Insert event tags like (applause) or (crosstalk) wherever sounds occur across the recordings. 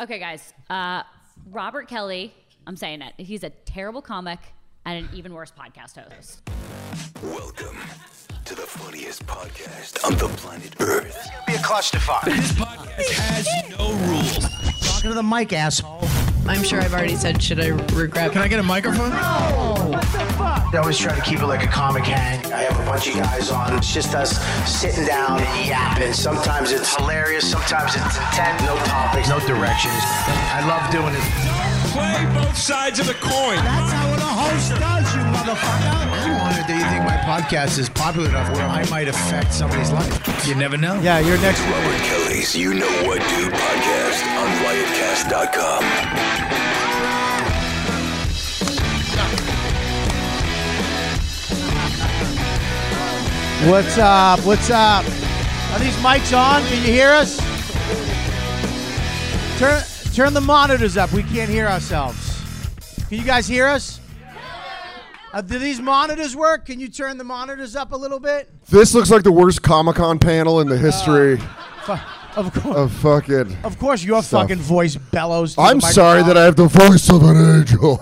Okay, guys. Uh, Robert Kelly, I'm saying it. He's a terrible comic and an even worse podcast host. Welcome to the funniest podcast on the planet Earth. be a (laughs) clusterfuck. has no rules. Talking to the mic, asshole. I'm sure I've already said should I regret. Can I get a microphone? I always try to keep it like a comic hang. I have a bunch of guys on. It's just us sitting down and yapping. Sometimes it's hilarious. Sometimes it's intent. No topics. No directions. I love doing it. Play both sides of the coin. That's how a host does, you motherfucker. You wonder, do you think my podcast is popular enough where I might affect somebody's life? You never know. Yeah, you're next. Robert Kelly's You Know What Do podcast on riotcast.com. What's up? What's up? Are these mics on? Can you hear us? Turn turn the monitors up. We can't hear ourselves. Can you guys hear us? Uh, do these monitors work? Can you turn the monitors up a little bit? This looks like the worst Comic Con panel in the history Of course. of fucking. Of course, your Stuff. fucking voice bellows. To the I'm sorry that I microphone. have the voice of an angel.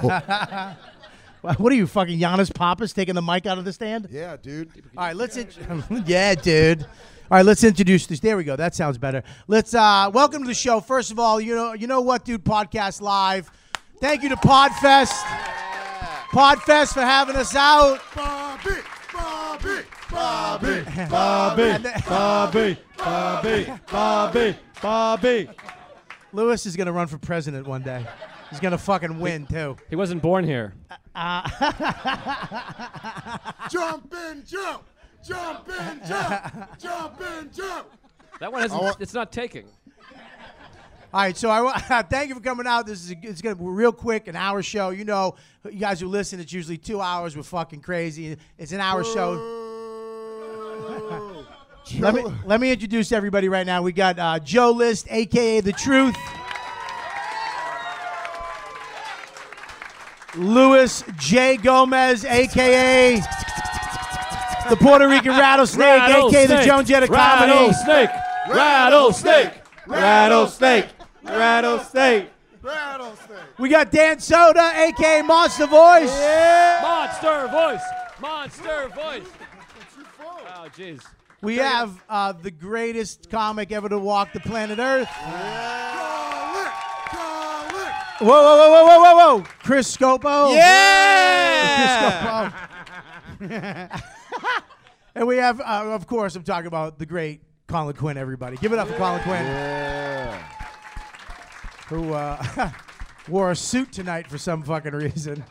What are you fucking Giannis Papas taking the mic out of the stand? (laughs) (laughs) yeah, dude. All right, let's. In- (laughs) yeah, dude. All right, let's introduce this. There we go. That sounds better. Let's uh, welcome to the show. First of all, you know, you know what, dude? Podcast live. Thank you to Podfest. Podfest for having us out. Bobby, Bobby, (laughs) Bobby. Bobby, Bobby, Bobby, Bobby, Bobby. Lewis is gonna run for president one day. He's gonna fucking win too. He wasn't born here. Jump and jump, jump and jump, jump and jump. That one hasn't. I want- it's not taking. All right, so I wa- (laughs) thank you for coming out. This is a, it's gonna be real quick, an hour show. You know, you guys who listen, it's usually two hours. We're fucking crazy. It's an hour show. Let me let me introduce everybody right now. We got uh, Joe List, aka the Truth. Louis J. Gomez, aka the Puerto Rican Rattlesnake, aka the Joan Jett of Comedy. Rattlesnake. Rattlesnake. Rattlesnake. Rattlesnake. We got Dan Soda, aka Monster Voice. Monster voice. Monster voice. Oh, jeez. We have uh, the greatest comic ever to walk the planet Earth. Whoa, whoa, whoa, whoa, whoa, whoa, whoa. Chris Scopo. Yeah. Chris Scopo. (laughs) and we have, uh, of course, I'm talking about the great Colin Quinn, everybody. Give it up for Colin Quinn. Who uh, (laughs) wore a suit tonight for some fucking (laughs) reason.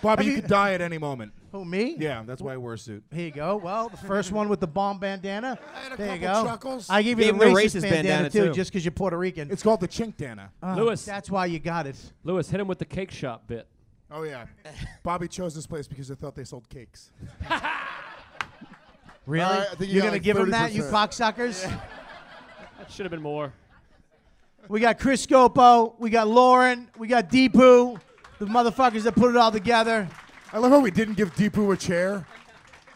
Bobby, you could die at any moment. Who, me? Yeah, that's why I wear a suit. Here you go. Well, the first one with the bomb (laughs) bandana. had a there you couple go. chuckles. I gave you Gave the him the racist, racist bandana, bandana, too, too. just because you're Puerto Rican. It's called the Chink Dana. Lewis. That's why you got it. Lewis, hit him with the cake shop bit. Oh yeah. (laughs) Bobby chose this place because they thought they sold cakes. Really? All right, I think you You're got gonna like give him that, you 30%. cocksuckers. That should have been more. We got Chris Scopo. We got Lauren. We got Deepu, the motherfuckers that put it all together. I love how we didn't give Deepu a chair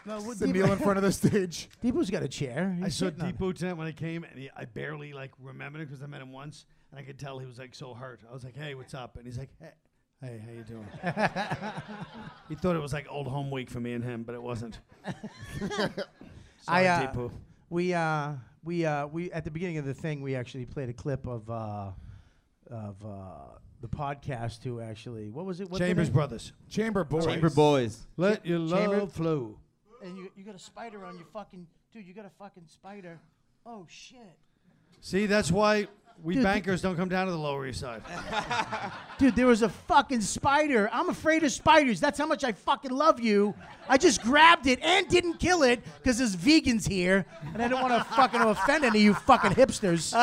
No, what- to kneel in front of the stage. Deepu's got a chair. I He's saw sitting on it. Depot tonight when I came, and he, I barely like remembered it because I met him once, and I could tell he was like so hurt. I was like, "Hey, what's up?" And he's like, "Hey, hey how (laughs) you doing?" he thought it was like old home week for me and him, but it wasn't. I, Sorry, uh, Deepu. We uh, we uh, we at the beginning of the thing, we actually played a clip of uh, of uh, the podcast. Who actually? What was it? What's the Chambers name? Brothers. Chamber boys. boys. Let your love Chamber- flow. And you, you got a spider on your fucking dude. You got a fucking spider. Oh shit, See, that's why we bankers don't come down to the Lower East Side. dude. There was a fucking spider. I'm afraid of spiders. That's how much I fucking love you. I just grabbed it and didn't kill it because there's vegans here, and I don't want to fucking offend any of you (laughs) fucking hipsters.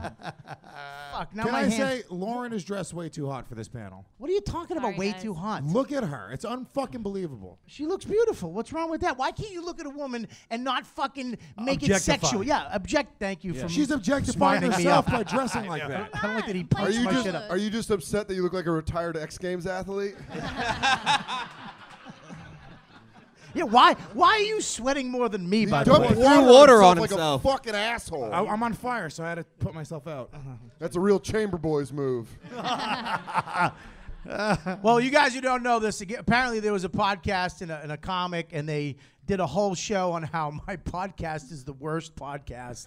Fuck. Now Can my I hands- say Lauren is dressed way too hot for this panel? What are you talking about? Sorry, Way guys. too hot. Look at her. It's unfucking believable. She looks beautiful. What's wrong with that? Why can't you look at a woman and not fucking make it Objectify. sexual? Yeah, object. Thank you for She's objectifying smarting me herself up. by dressing (laughs) like that. I don't like that he (laughs) Are punched you my just shit up. are you just upset that you look like a retired X Games athlete? Yeah, why why are you sweating more than me, by the dumped way? water on Threw water on himself like a fucking asshole. I, I'm on fire, so I had to put myself out. That's a real chamber boys (laughs) move. well, you guys who don't know this, aga- apparently there was a podcast and a, and a comic, and they did a whole show on how (laughs) my podcast is the worst podcast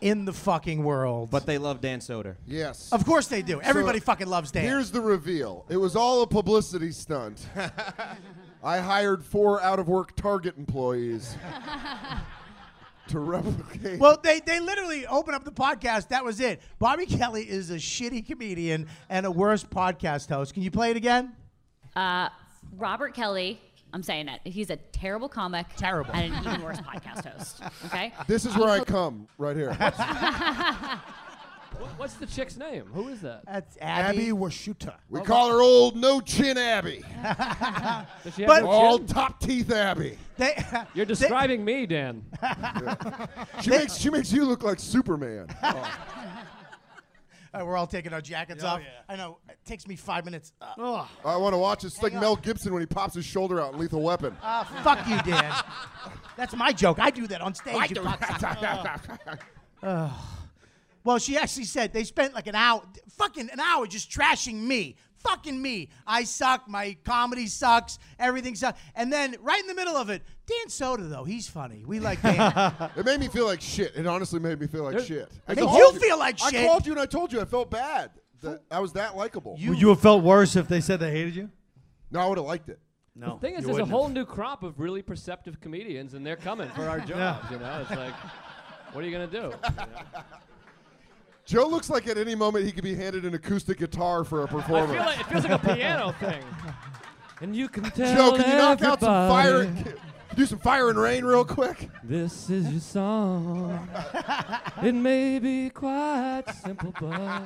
in the fucking world. But they love Dan Soder. Yes. Of course they do. Everybody So, fucking loves Dan. Here's the reveal. It was all a (laughs) publicity stunt. I hired four out of work Target (laughs) employees to replicate. Well, they, they literally opened up the podcast. That was it. Bobby Kelly is a shitty comedian and a worse podcast host. Can you play it again? Uh, Robert Kelly, I'm saying it. He's a terrible comic. Terrible. And an even worse podcast host. Okay? This is where I come, (laughs) right here. What- What's the chick's name? Who is that? That's Abby Washuta. We call her old no (laughs) chin Abby. Does she have But- no All chin? top teeth Abby. They, (laughs) You're describing me, Dan. She makes she makes you look (laughs) like Superman. Oh. Uh, we're all taking our Oh, jackets off. I know. It takes me five minutes. Uh, I want to watch this. It's like Hang on. Mel Gibson when he pops his shoulder out in Lethal Weapon. ah, fuck you, Dan. That's my joke. I do that on stage. you (laughs) cocksucker. Well, she actually said they spent like an hour, fucking an hour, just trashing me. Fucking me. I suck. My comedy sucks. Everything sucks. And then right in the middle of it, Dan Soda, though, he's funny. We like Dan. It made me feel like shit. It honestly made me feel like There's- shit. I Made called you feel like I shit? called you and I told you I felt bad. That I was that likable. Would you have felt worse if they said they hated you? No, I would have liked it. No. thing is, there's you a wouldn't have. whole new crop of really perceptive comedians, and they're coming for (laughs) our jobs. You know, it's like, what are you gonna do? Joe looks like at any moment he could be handed an acoustic guitar for a I performance. feel like it feels like a piano thing. (laughs) And you can tell Joe, can you knock out some fire? everybody can you Do some fire and rain real quick. This is (laughs) your song. it may be quite simple, but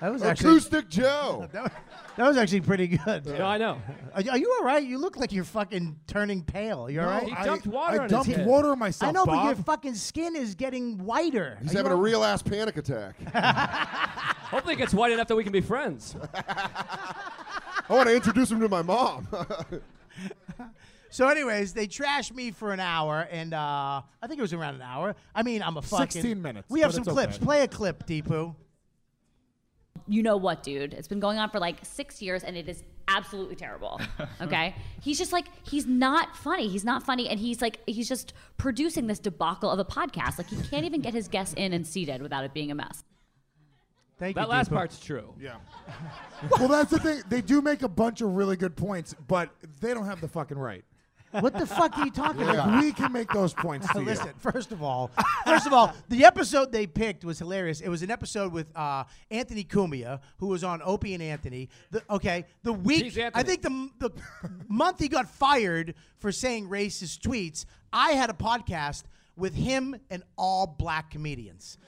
That was actually Acoustic Joe. that was, that was actually pretty good. no, I know. Are, you- are you all right? You look like you're fucking turning pale. You all right? He dumped water I on dumped his head. water on myself. I know, but your Bob. fucking skin is getting whiter. Are He's you having a all- real ass panic attack. Hopefully, it gets white enough that we can be (laughs) friends. I want to introduce him to (laughs) my mom. So, anyways, they trashed me for an hour, and uh, I think it was around an hour. I mean, I'm a fucking. 16 minutes, We have but some it's clips. okay. Play a clip, Deepu. you know what, dude? It's been going on for like six years and it is absolutely terrible. Okay? he's just like, he's not funny. He's not funny. And he's like, he's just producing this debacle of a podcast. Like, he can't even get his guests in and seated without it being a mess. Thank you. That last Deepu. part's true. Yeah. (laughs) well, that's the thing. They do make a bunch of really good points, but they don't have the fucking right. What the fuck are you talking Like, about? we can make those points (laughs) to you. Listen, first of all, first of all, the episode they picked was hilarious. It was an episode with uh, Anthony Cumia, who was on Opie and Anthony. The, okay, the week He's I Anthony. think the the month he got fired for saying racist tweets, I had a podcast with him and all black comedians.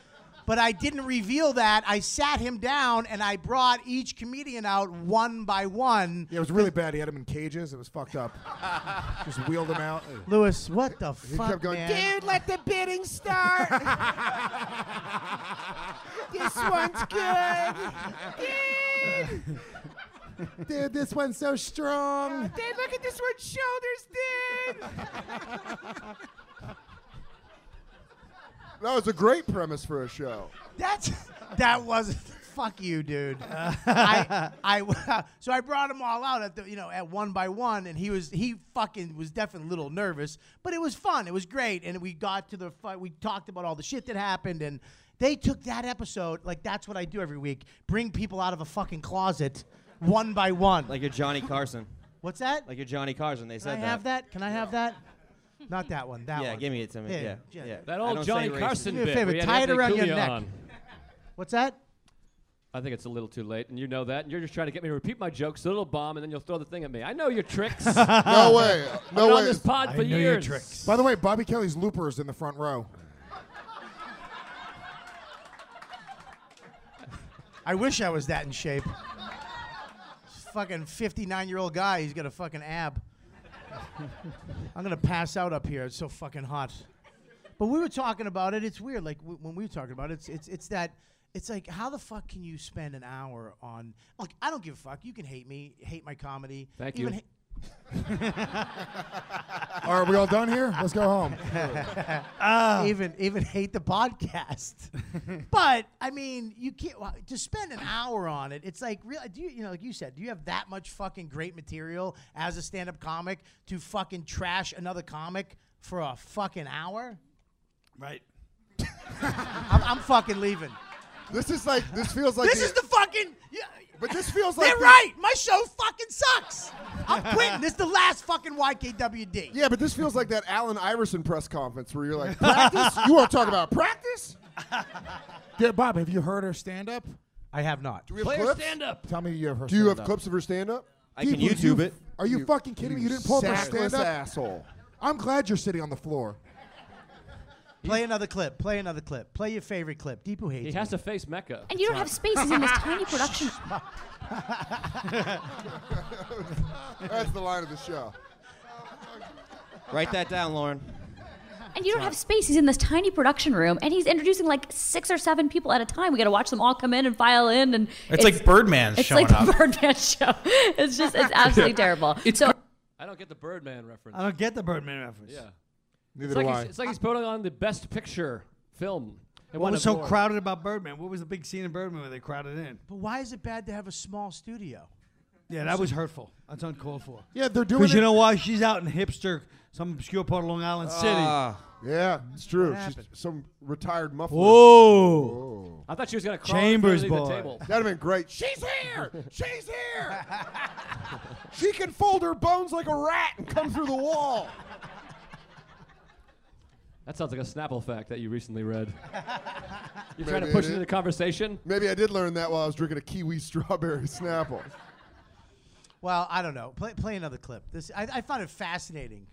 But I didn't reveal that. I sat him down and I brought each comedian out one by one. Yeah, it was really bad. He had him in cages. It was fucked (laughs) up. Just wheeled him out. Lewis, what the he fuck, kept going, man? dude. Let the bidding start. this one's good. Dude, this one's so strong. Dude, look at this one's shoulders, dude. That was a great premise for (laughs) a show. (laughs) That's that was fuck (laughs) you, dude. I, I (laughs) so I brought them all out at the you know at one by one, and he was he fucking was definitely a little nervous, but it was fun. It was great, and we got to the fight. We talked about all the shit that happened, and they took that episode like that's what I do every week: bring people out of a fucking closet one by one. Like you're Johnny Carson. what's that? Like you're Johnny Carson. They Can I said have that? Can I have (laughs) that? Not that one. That Yeah, one. give me it to me. Yeah, Yeah, yeah. yeah. I That don't say old Johnny racist. Do Carson me a bit. favor, we had tie it Anthony around your Cumia neck. on. What's that? I think it's a little too late, and you know that. And you're just trying to get me to repeat my jokes, so it'll bomb, and then you'll throw the thing at me. I know your (laughs) tricks. I've No way. been No on way. this pod for know years. your tricks. By the way, Bobby Kelly's looper is in the front row. I wish I was that in shape. fucking 59 year old guy, he's got a fucking ab. I'm gonna pass out up here. It's so fucking hot. But we were talking about it. It's weird. Like w- when we were talking about it, it's it's it's that. It's like how the fuck can you spend an hour on? Look, I don't give a fuck. You can hate me, hate my comedy. Thank even you. ha- All right, we all done here? Let's go home. even even hate (laughs) the podcast. but I mean, you can't well, to spend an hour on it. It's like really, do you you know like you said, do you have that much fucking great material as a stand-up comic to fucking trash another comic for a fucking hour? Right. I'm, I'm fucking leaving. This is like this feels like this the- is the fucking. Yeah, but this feels like they're the- right. My show fucking sucks. I'm quitting. This is the last fucking YKWd. Yeah, but this feels like that Allen Iverson press conference where you're like, practice? you want to talk about practice? Yeah, Bob, have you heard her stand up? I have not. Do we have clips? up. Tell me you have her Do you have stand-up. clips of her stand up? I can YouTube it. Are you, fucking kidding me? You didn't pull up her stand up? asshole. I'm glad you're sitting on the floor. Play another clip. Play another clip. Play your favorite clip. Deepu hates He it. has to face Mecca. And you don't have spaces in this tiny production. That's the line of the show. Write that down, Lauren. And you don't have space. He's in this tiny production room, and he's introducing like six or seven people at a time. We got to watch them all come in and file in, and It's like Birdman's It's showing like the up. (laughs) Birdman show. It's just it's (laughs) absolutely terrible. so I don't get the Birdman reference. I don't get the Birdman reference. Yeah. Neither it's Uh, do like I. He's, it's like he's putting on the best picture film. It What won was an so award. crowded about Birdman? What was the big scene in Birdman where they crowded in? But why is it bad to have a small studio? Yeah, that was hurtful. That's uncalled for. Yeah, they're doing Because you it- know why? She's out in hipster, some obscure part of Long Island Ah. City. Yeah, it's true. What She's happened? some retired muffler. Whoa. I thought she was gonna crawl Chambers underneath boy. the table. That'd have been great. She's here. She's here. she can fold her bones like a rat and come through the wall. That sounds like a Snapple fact that you recently (laughs) read. You're trying Maybe to it push is. it into conversation. Maybe I did learn that while I was drinking a kiwi strawberry Snapple. Well, I don't know. Play play another clip. This I, I found it fascinating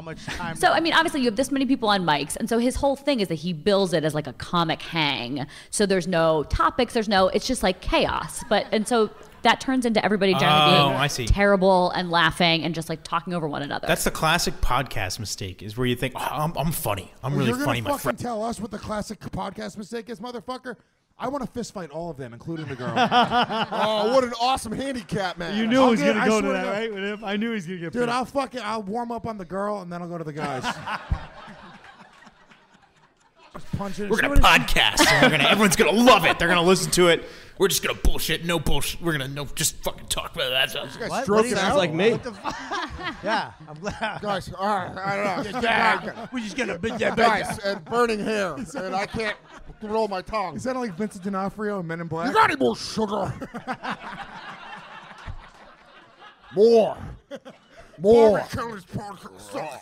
(laughs) much time. So I mean, obviously, you have this many people on mics, and so his whole thing is that he bills it as like a comic hang. So there's no topics, there's no. It's just like chaos. But and so that turns into everybody generally Oh, being I see. terrible and laughing and just like talking over one another. That's the classic podcast mistake is where you think, oh, I'm, I'm funny. I'm Well, really you're gonna funny, my fucking friend. tell us what the classic podcast mistake is, motherfucker. I want to fist fight all of them, including the girl. oh, what an awesome handicap match. You knew it was I'll get- going I to go to swear to that, God. right? With him? I knew he was going to get Dude, pissed. I'll fucking I'll warm up on the girl and then I'll go to the guys. Just punch it. We're gonna podcast. and we're gonna. Everyone's gonna love it. They're gonna listen to it. We're just gonna bullshit. No bullshit. We're gonna no. Just fucking talk about that. This guy's What? stroking What is out. that? Like me. What the yeah, I'm glad. Guys, all right, I don't know. We're just gonna bid that Dice and burning hair, and I can't roll my tongue. Is that like Vincent D'Onofrio and Men in Black? You got any more sugar? more. More. Kelly's podcast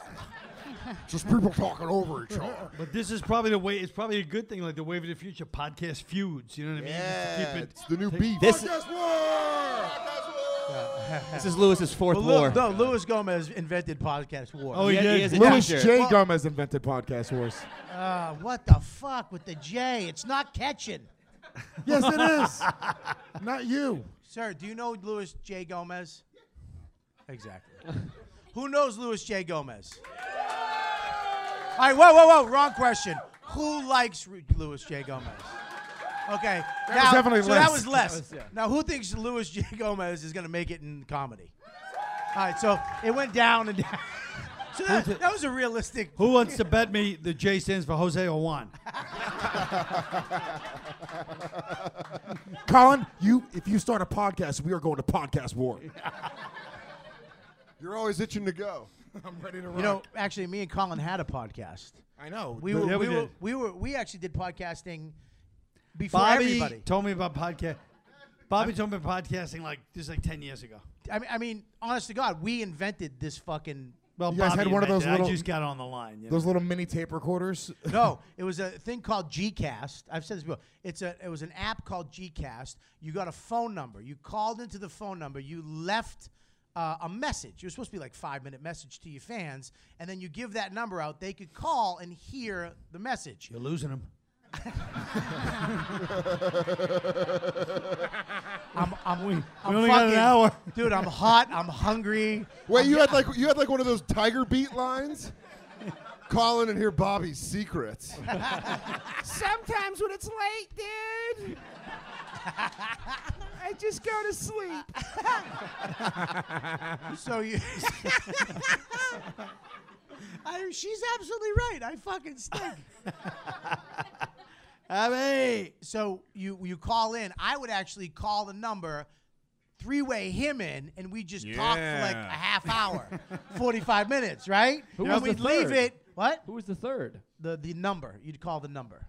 Just people talking over each other. (laughs) But this is probably the way. It's probably a good thing, like the wave of the future podcast feuds. You know what I mean? Just to Yeah, keep it- it's the new take- beef. This- Podcast war! This is Lewis's fourth Well, war. Lu- no, Louis Gomez invented podcast war. Oh, he Yeah, did. he is a Louis doctor. J. Well- Gomez invented podcast wars. Uh, what the fuck with the J? It's not catching. yes, it is. Not you. Sir, do you know Louis J. Gomez? Exactly. (laughs) Who knows Louis J. Gomez? All right, whoa, whoa, whoa, wrong question. Who likes Ru- Louis J. Gomez? Okay, that now, was definitely so Les. that was less. That was- yeah. Now, who thinks Louis J. Gomez is going to make it in comedy? All right, so it went down and (laughs) down. So that, that was a realistic. Who wants to bet me the J stands for Jose or Juan? Colin, you if you start a podcast, we are going to podcast war. You're always itching to go. (laughs) I'm ready to rock. You know, actually, me and Colin had a podcast. I know. We The- were, Yeah, we, we were, did. we were, we actually did podcasting before Bobby everybody. told me about podcast. Bobby told me about podcasting like this is like ten years ago. I mean, I mean, honest to God, we invented this fucking. Well, You guys Bobby had one of those invented it. I little- just got on the line. You know? those little mini tape recorders. No, it was a thing called Gcast. I've said this before. It's a it was an app called Gcast. You got a phone number. You called into the phone number. You left uh, a message. It was supposed to be like five minute message to your fans, and then you give that number out. They could call and hear the message. You're losing them. I'm I'm we, I'm only got an hour. dude. I'm hot. I'm hungry. (laughs) Wait, you had like you had like one of those tiger beat lines? Call in and hear Bobby's secrets. Sometimes when it's late, (laughs) dude, I just go to sleep. (laughs) (laughs) so you. I, she's absolutely right. I (laughs) fucking stink. Abby. So you you call in. I would actually call the number, three way him in, and we just talk for like Yeah. a half (laughs) hour, forty five minutes, right? Who and was we the leave third? it. What? Who was the third? The the number. You'd call the number.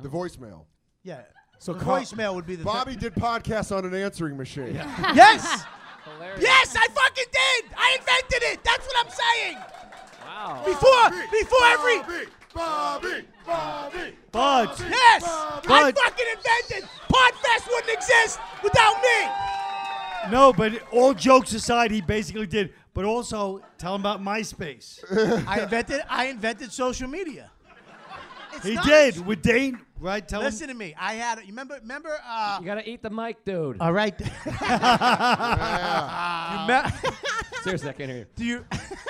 The voicemail. Yeah. So So call- voicemail would be the Bobby did podcasts on an answering machine. yes. Yes, I fucking did. I invented it. That's what I'm saying. Wow. Before, before every. (laughs) Bobby, Bobby, Buds. Yes. Buds. I fucking invented. Podfest wouldn't exist without me. No, but all jokes aside, he basically did. But also, Tell him about MySpace. I invented. I invented social media. It's he not- did with Dane. Right? Tell Listen to me. I had. You remember? Remember? Uh, You gotta eat the mic, dude. Uh, All right. Yeah. You me- Seriously, I can't hear you. (laughs) Do you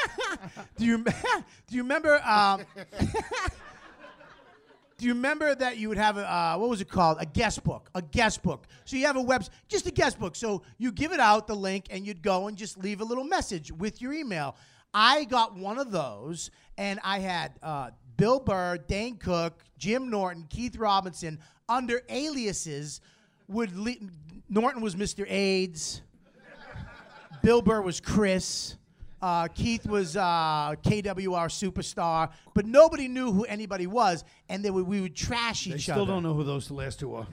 (laughs) do you (laughs) do you remember? Um, (laughs) do you remember that you would have a uh, what was it called? A guest book, a guest book. So you have a web, just a guest book. So you give it out the link, and you'd go and just leave a little message with your email. I got one of those, and I had uh, Bill Burr, Dane Cook, Jim Norton, Keith Robinson under aliases. Would le- Norton was Mr. AIDS. Bill Burr was Chris. Uh, Keith was uh, KWR superstar, but nobody knew who anybody was, and they would, we would trash (laughs) They each still other. don't know who those last two are.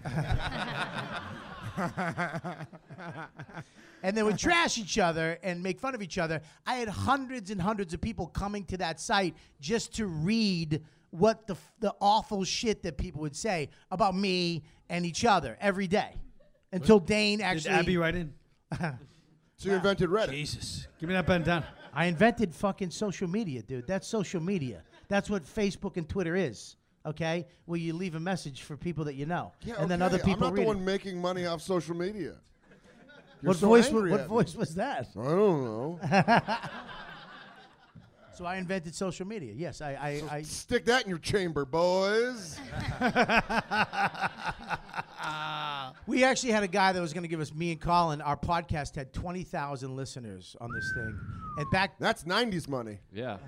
and they (laughs) would trash each other and make fun of each other. I had hundreds and hundreds of people coming to that site just to read what the, f- the awful shit that people would say about me and each other every day, until Dane actually. Did Abby write in? so you invented Reddit. Jesus. Give me that pen down. I invented fucking social media, dude. That's social media. That's what Facebook and Twitter is. Okay, where you leave a message for people that you know, Yeah, and then okay, other people I'm not read the it. one making money off social media. You're What so voice? angry What at me. voice was that? I don't know. So I invented social media. Yes, I. I, I Stick that in your chamber, boys. we actually had a guy that was going to give us me and Colin. Our podcast had twenty thousand listeners on this thing, and back. That's '90s money. Yeah.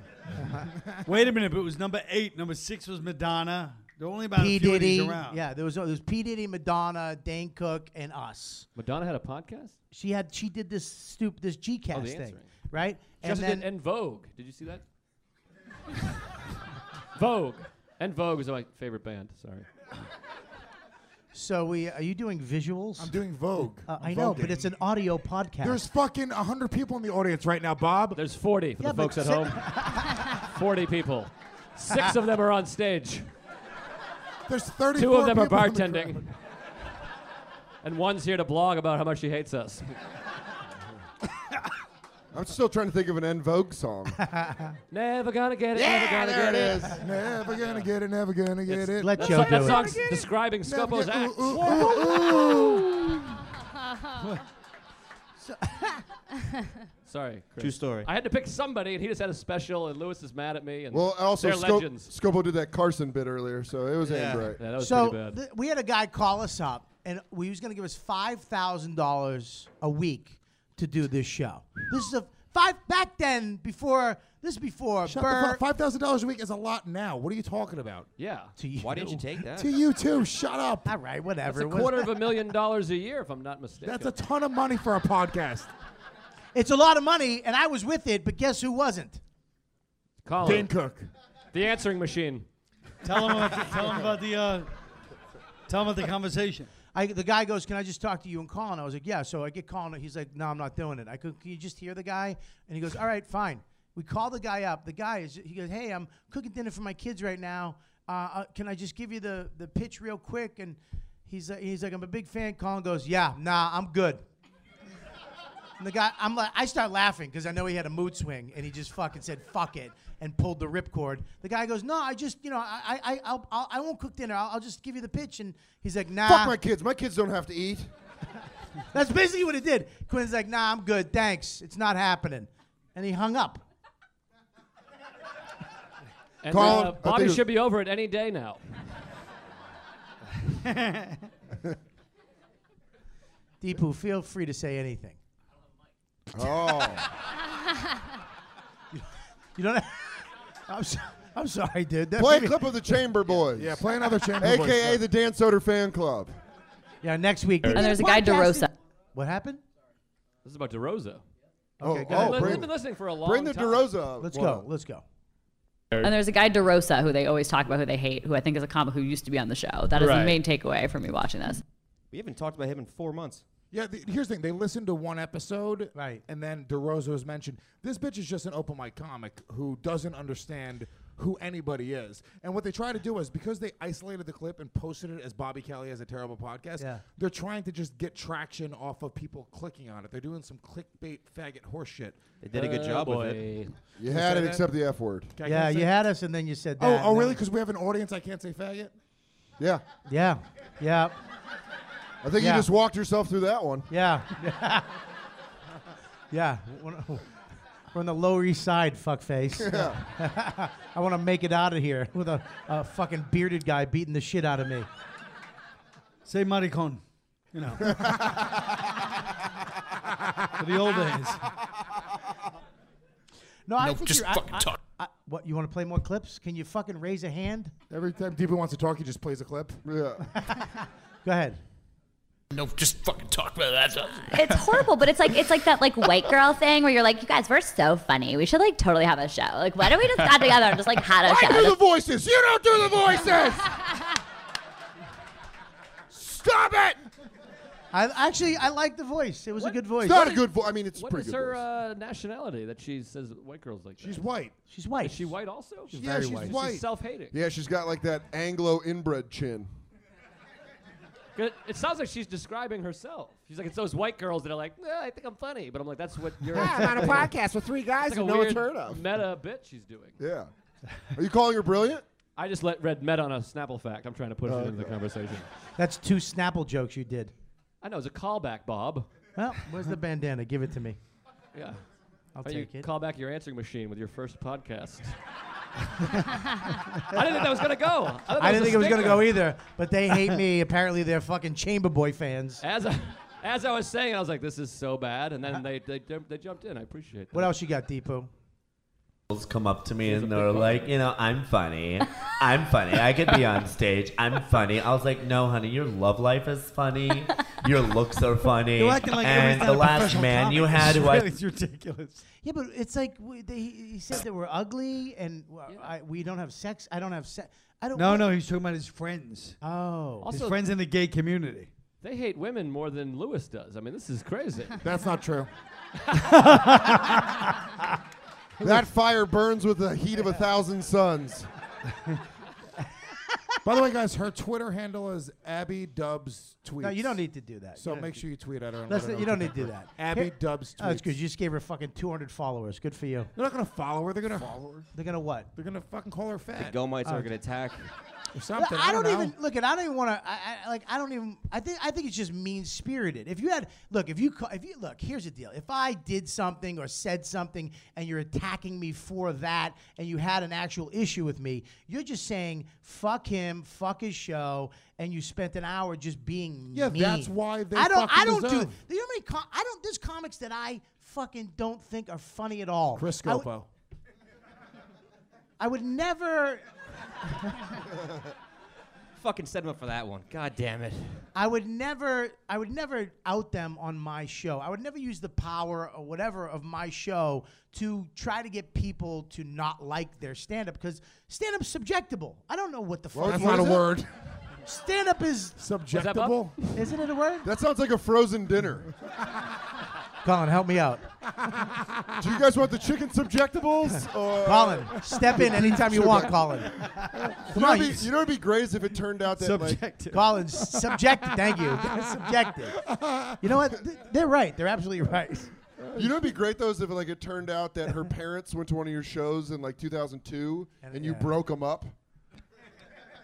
Wait a minute, but it was number eight. Number six was Madonna. There were only about P a few of these Diddy. around. Yeah, there was there was P Diddy, Madonna, Dane Cook, and us. Madonna had a podcast. She had she did this stupid this Gcast Oh, the thing, answering. right? She also did En Vogue. Did you see that? (laughs) Vogue. En Vogue is my favorite band. Sorry. So we are you doing visuals? I'm doing Vogue. Uh, I'm I know, but voguing. it's an audio podcast. There's fucking 100 people in the audience right now, Bob. There's 40 for Yeah, the but folks at sit- home. 40 people. Six of them are on stage. There's 34 Two of them are people in the bartending. and one's here to blog about how much she hates us. I'm still trying to think of an En Vogue song. never gonna get it. never yeah, gonna there get it is. Never gonna get it. Never gonna get it. (laughs) Let That, Joe song- that do it. song's describing Never Scopo's get- act. ooh, ooh, ooh, ooh. Sorry. Chris. True story. I had to pick somebody, and he just had a special, and Lewis is mad at me. And Well, also they're Sco- legends. Scopo did that Carson bit earlier, so it was aimed right. Yeah, that was so pretty bad. th- we had a guy call us up, and we was going to give us five thousand dollars a week to do this show. This is a five back then before this is before Shut the Burr. fuck- Five thousand dollars a week is a lot now. What are you talking about? yeah. Why didn't you take that? To you too. Shut up. (laughs) All right, That's whatever. a It was- quarter of a million dollars a year, if I'm not mistaken. That's a ton of money for a podcast. it's a lot of money, and I was with it, but guess who wasn't? Colin, Dan Cook. the answering machine. Tell (laughs) him about the, tell him about the uh, tell him about the conversation. I, the guy goes, "Can I just talk to you and Colin?" I was like, "Yeah." So I get Colin. He's like, "No, I'm not doing it." I go, "Can you just hear the guy?" And he goes, "All right, fine." We call the guy up. The guy is. He goes, "Hey, I'm cooking dinner for my kids right now. Uh, uh, can I just give you the the pitch real quick?" And he's like, he's like, "I'm a big fan." Colin goes, "Yeah, nah, I'm good." And the guy, I'm like, I start laughing because I know he had a mood swing, and he just fucking said "fuck it" and pulled the ripcord. The guy goes, "No, I just, you know, I, I, I- I'll, I'll, I won't cook dinner. I'll, I'll just give you the pitch." And he's like, "Nah." (laughs) Fuck my kids. My kids don't have to eat. That's basically what it did. Quinn's like, nah, I'm good. Thanks. It's not happening. And he hung up. And Colin, uh, I Bobby think- should be over it any day now. Deepu, feel free to say anything. Oh. you don't. (laughs) I'm, so, I'm sorry, dude. That (laughs) play made a me- clip of the Chamber Boys. Yeah, play another Chamber AKA Boys AKA clip. the Dan Soder fan club. Yeah, next week. And there's a guy DeRosa. What happened? This is about DeRosa. Okay, go oh, ahead. We've bring- been listening for a long Bring the time. DeRosa. Let's one go. up. Let's go. And there's a guy DeRosa who they always talk about, who they hate, who I think is a comic who used to be on the show. That is Right. the main takeaway from me watching this. We haven't talked about him in four months. Yeah, the, here's the thing. They listened to one episode, right? And then DeRosa was mentioned. This bitch is just an open mic comic who doesn't understand who anybody is. And what they try to do is because they isolated the clip and posted it as Bobby Kelly has a terrible podcast. Yeah. They're trying to just get traction off of people clicking on it. They're doing some clickbait faggot horseshit. They did a good Oh, job with it. boy. You Can I had say it that? except the F word. Can I- can I yeah, say you that? had us, and then you said Oh, that. oh, and really? then- Because we have an audience, I can't say faggot. Yeah. Yeah. Yeah. I think Yeah. you just walked yourself through that one. Yeah. yeah. We're on the Lower East Side, fuckface. (laughs) I want to make it out of here with a, a fucking bearded guy beating the shit out of me. Say maricon, you know. For the old days. No, I No, think just you're, I- fucking I- talk. I- what, you want to play more clips? Can you fucking raise a hand? Every time Deepa wants to talk, he just plays a clip. Yeah. Go ahead. No, just fucking talk about that. stuff. It's horrible, but it's like it's like that like white girl thing where you're like, you guys, we're so funny. We should like totally have a show. Like, why don't we just got together and just like (laughs) had a I do the show? voices. You don't do the voices. Stop it. I actually I like the voice. It was a good voice. It's not a good voice. I mean, it's a What pretty is good. her voice. uh, nationality that she says white girls like? She's white. She's white. Is she white also? yeah, she's white. self-hating. Yeah, she's got like that Anglo inbred chin. 'Cause It sounds like she's describing herself. She's like, it's those white girls that are like, "Eh, I think I'm funny, but I'm like, that's what you're. Yeah, I'm on a podcast with three guys It's like who a no one's weird heard of. meta bit she's doing. Yeah. Are you calling her brilliant? I just let read meta on a Snapple fact. I'm trying to push it into the conversation. That's two Snapple jokes you did. I know it's a callback, Bob. Well, where's the bandana? Give it to me. Yeah. I'll Why don't take you it. Call back your answering machine with your first podcast. (laughs) I didn't think that was gonna go. I, thought that I didn't a think it was gonna stinger. go either, but they hate me. (laughs) Apparently, they're fucking Chamber Boy fans. As I, as I was saying, I was like, this is so bad, and then they they, jump- they jumped in. I appreciate that. What else you got, Deepu? girls come up to me and they're like, you know, I'm funny. I'm funny. I could be on stage. I'm funny. I was like, no, honey, your love life is funny. Your looks are funny. You're acting like everyone's and not the a last professional man comic. you had who I it's ridiculous. Yeah, but it's like we, they, he said that we're ugly and w I we don't have sex. I don't have sex. I don't. No, no, he's talking about his friends. Oh, his Also- friends in the gay community. They hate women more than Lewis does. I mean, this (laughs) is crazy. That's not (laughs) true. That fire burns with the heat of a thousand suns. By the way, guys, her Twitter handle is Abby Dubs Tweets. No, you don't need to do that. So You don't make need- sure you tweet at her. And let Let's- her know you what don't you need to do prefer. that. Abby Here- Dubs Oh, that's Tweets. good. You just gave her fucking 200 followers. Good for you. They're not gonna follow her. They're gonna They're gonna what? They're gonna fucking call her the fat. Gomites Oh. are gonna attack. or something. I don't, know. even look. And I don't even want to. I, I, like I don't even. I think I think it's just mean spirited. If you had look, if you ca- if you look, here's the deal. If I did something or said something, and you're attacking me for that, and you had an actual issue with me, you're just saying fuck him, fuck his show, and you spent an hour just being Yeah, mean. that's why they I don't. I fucking don't do. deserve. Do you know how many? Com- I don't. There's comics that I fucking don't think are funny at all. Chris I would- Scopo. I would never. (laughs) Fucking set him up for that one. God damn it. I would never I would never out them on my show. I would never use the power or whatever of my show to try to get people to not like their stand up cuz stand up's subjectable. I don't know what the fuck that's not a word. Stand up is Subjectable. Isn't it a word? That sounds like a frozen dinner. Colin, help me out. Do you guys want the chicken subjectables? (laughs) Or Colin, step (laughs) in anytime you want, Colin. You Come know, on. it'd you- be, you know it'd be great is if it turned out (laughs) that Subjective. Colin, subjective. Thank you. subjective. You know what? Th- They're right. They're absolutely right. like you know it'd be great though is if like it turned out that her parents went to one of your shows in like 2002 and, you broke 'em broke them up.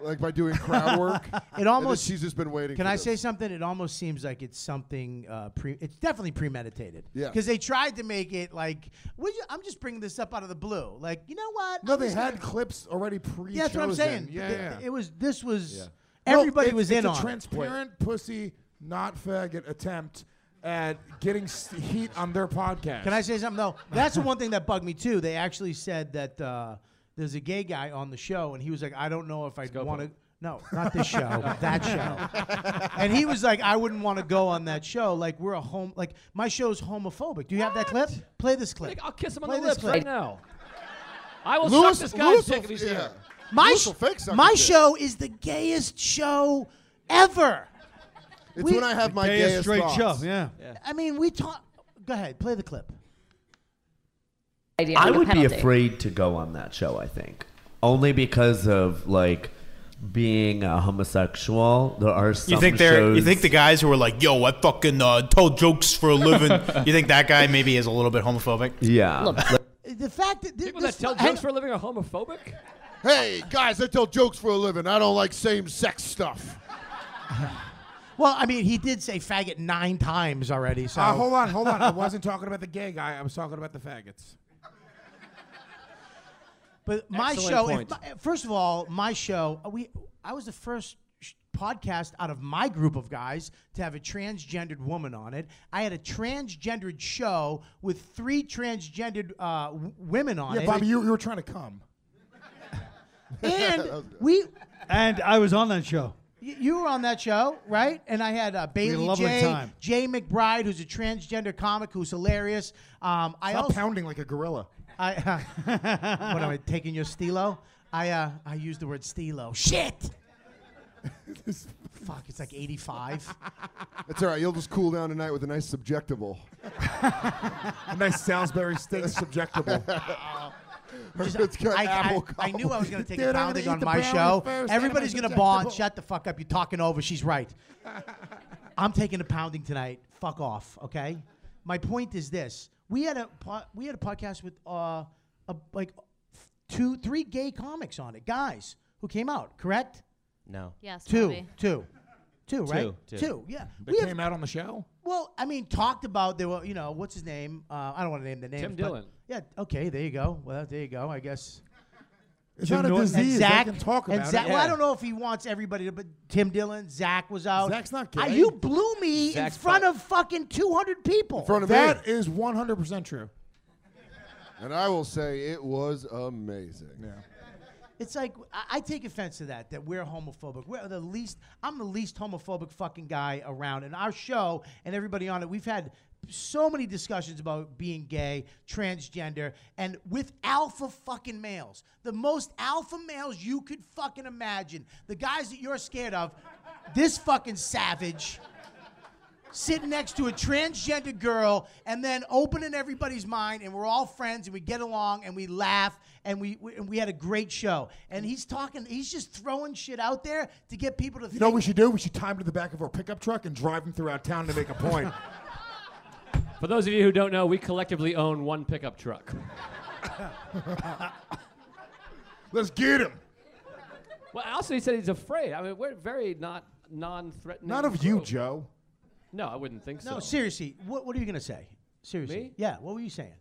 like by (laughs) doing crowd work. And It then almost. she's just been waiting. Can for I this. say something? It almost seems like it's something. Uh, pre- it's definitely premeditated. Yeah. Because they tried to make it like, well, you, I'm just bringing this up out of the blue. Like, you know what? No, I'm they just gonna- had clips already pre. Yeah, that's what I'm saying. Yeah, Th- yeah. it was. This was. No, Everybody it's- was in it's on a it. transparent pussy, not faggot attempt at getting s- heat on their podcast. Can I say something though? That's the one thing that bugged me too. They actually said that uh, there's a gay guy on the show, and he was like, "I don't know if I'd want to." No, not this show, but that show. And he was like, "I wouldn't want to go on that show. Like we're a home. Like my show's homophobic. Do you have that clip? Play this clip. I'll kiss him on Play the this lips clip. right now. I will Louis- suck this guy's Louis dick will- if he's yeah. here. My sh- my show is the gayest show ever. It's We- when I have my Gayest gayest straight thoughts. show, yeah. I mean, we talk. Go ahead, play the clip. Idea I of the would be penalty. afraid to go on that show, I think. Only because of like being a homosexual. There are some You think they're? shows You think the guys who are like, "Yo, I fucking uh, tell jokes for a (laughs) living." you think that guy maybe is a little bit homophobic? Yeah. (laughs) The fact that people that tell jokes for a living are homophobic. Hey guys, I tell jokes for a living. I don't like same-sex stuff. Well, I mean, he did say faggot nine times already. So Uh, hold on, hold on. I wasn't talking about the gay guy. I was talking about the faggots. But my Excellent show, if point. my- first of all, my show, we I was the first sh- podcast out of my group of guys to have a transgendered woman on it. I had a transgendered show with three transgendered uh, w- women on Yeah, it. Bobby, you, you were trying to come. (laughs) and we And I was on that show. Y- You were on that show, right? And I had uh, had a Bailey lovely J. time. Jay McBride, who's a transgender comic who's hilarious. Um, I Stop also, pounding like a gorilla. I, uh, (laughs) what am I taking your stilo? I uh, I used the word stilo. Shit. (laughs) Fuck! It's like 85. That's all right. You'll just cool down tonight with a nice (laughs) subjectable. a nice Salisbury steak subjectable. Just- It's got I, I, apple I knew I was going to take Dude, a I'm gonna pounding eat on the my brownie show. first, Everybody's then going I'm to bond. subjectable. Shut the fuck up. You're talking over. She's right. I'm taking a pounding tonight. Fuck off. Okay. My point is this: we had a po- we had a podcast with uh, a, like two, three gay comics on it, guys who came out. Correct? No. Yes, Two, Bobby. two, two, right? Two, two. Yeah. They We have- came out on the show. well, I mean, talked about there were, you know, what's his name? Uh, I don't want to name the name. Tim Dillon. Yeah. Okay. There you go. Well, there you go. I guess. It's Jim not a Norton. disease, And they Zach, can talk and about it. Zach, Well, I Yeah. don't know if he wants everybody to, but Tim Dillon, Zach was out. Zach's not Uh, gay. you blew me Zach's in front of fucking 200 people. that is 100% true. And I will say it was amazing. It's like I, I take offense to that. That we're homophobic. We're the least. I'm the least homophobic fucking guy around. And our show and everybody on it, we've had so many discussions about being gay, transgender, and with alpha fucking males, the most alpha males you could fucking imagine, the guys that you're scared of. This fucking savage. Sitting next to a transgender girl and then opening everybody's mind, and we're all friends and we get along and we laugh and we, we and we had a great show. And he's talking, he's just throwing shit out there to get people to You think. know what we should do? We should tie him to the back of our pickup truck and drive him throughout town to make a (laughs) point. For those of you who don't know, we collectively own one pickup truck. Let's get him. Well, also he said he's afraid. I mean, we're very not non-threatening. Not of you, group. Joe. No, I wouldn't think so. no, seriously, what, what are you gonna say? Seriously, Me? yeah. What were you saying?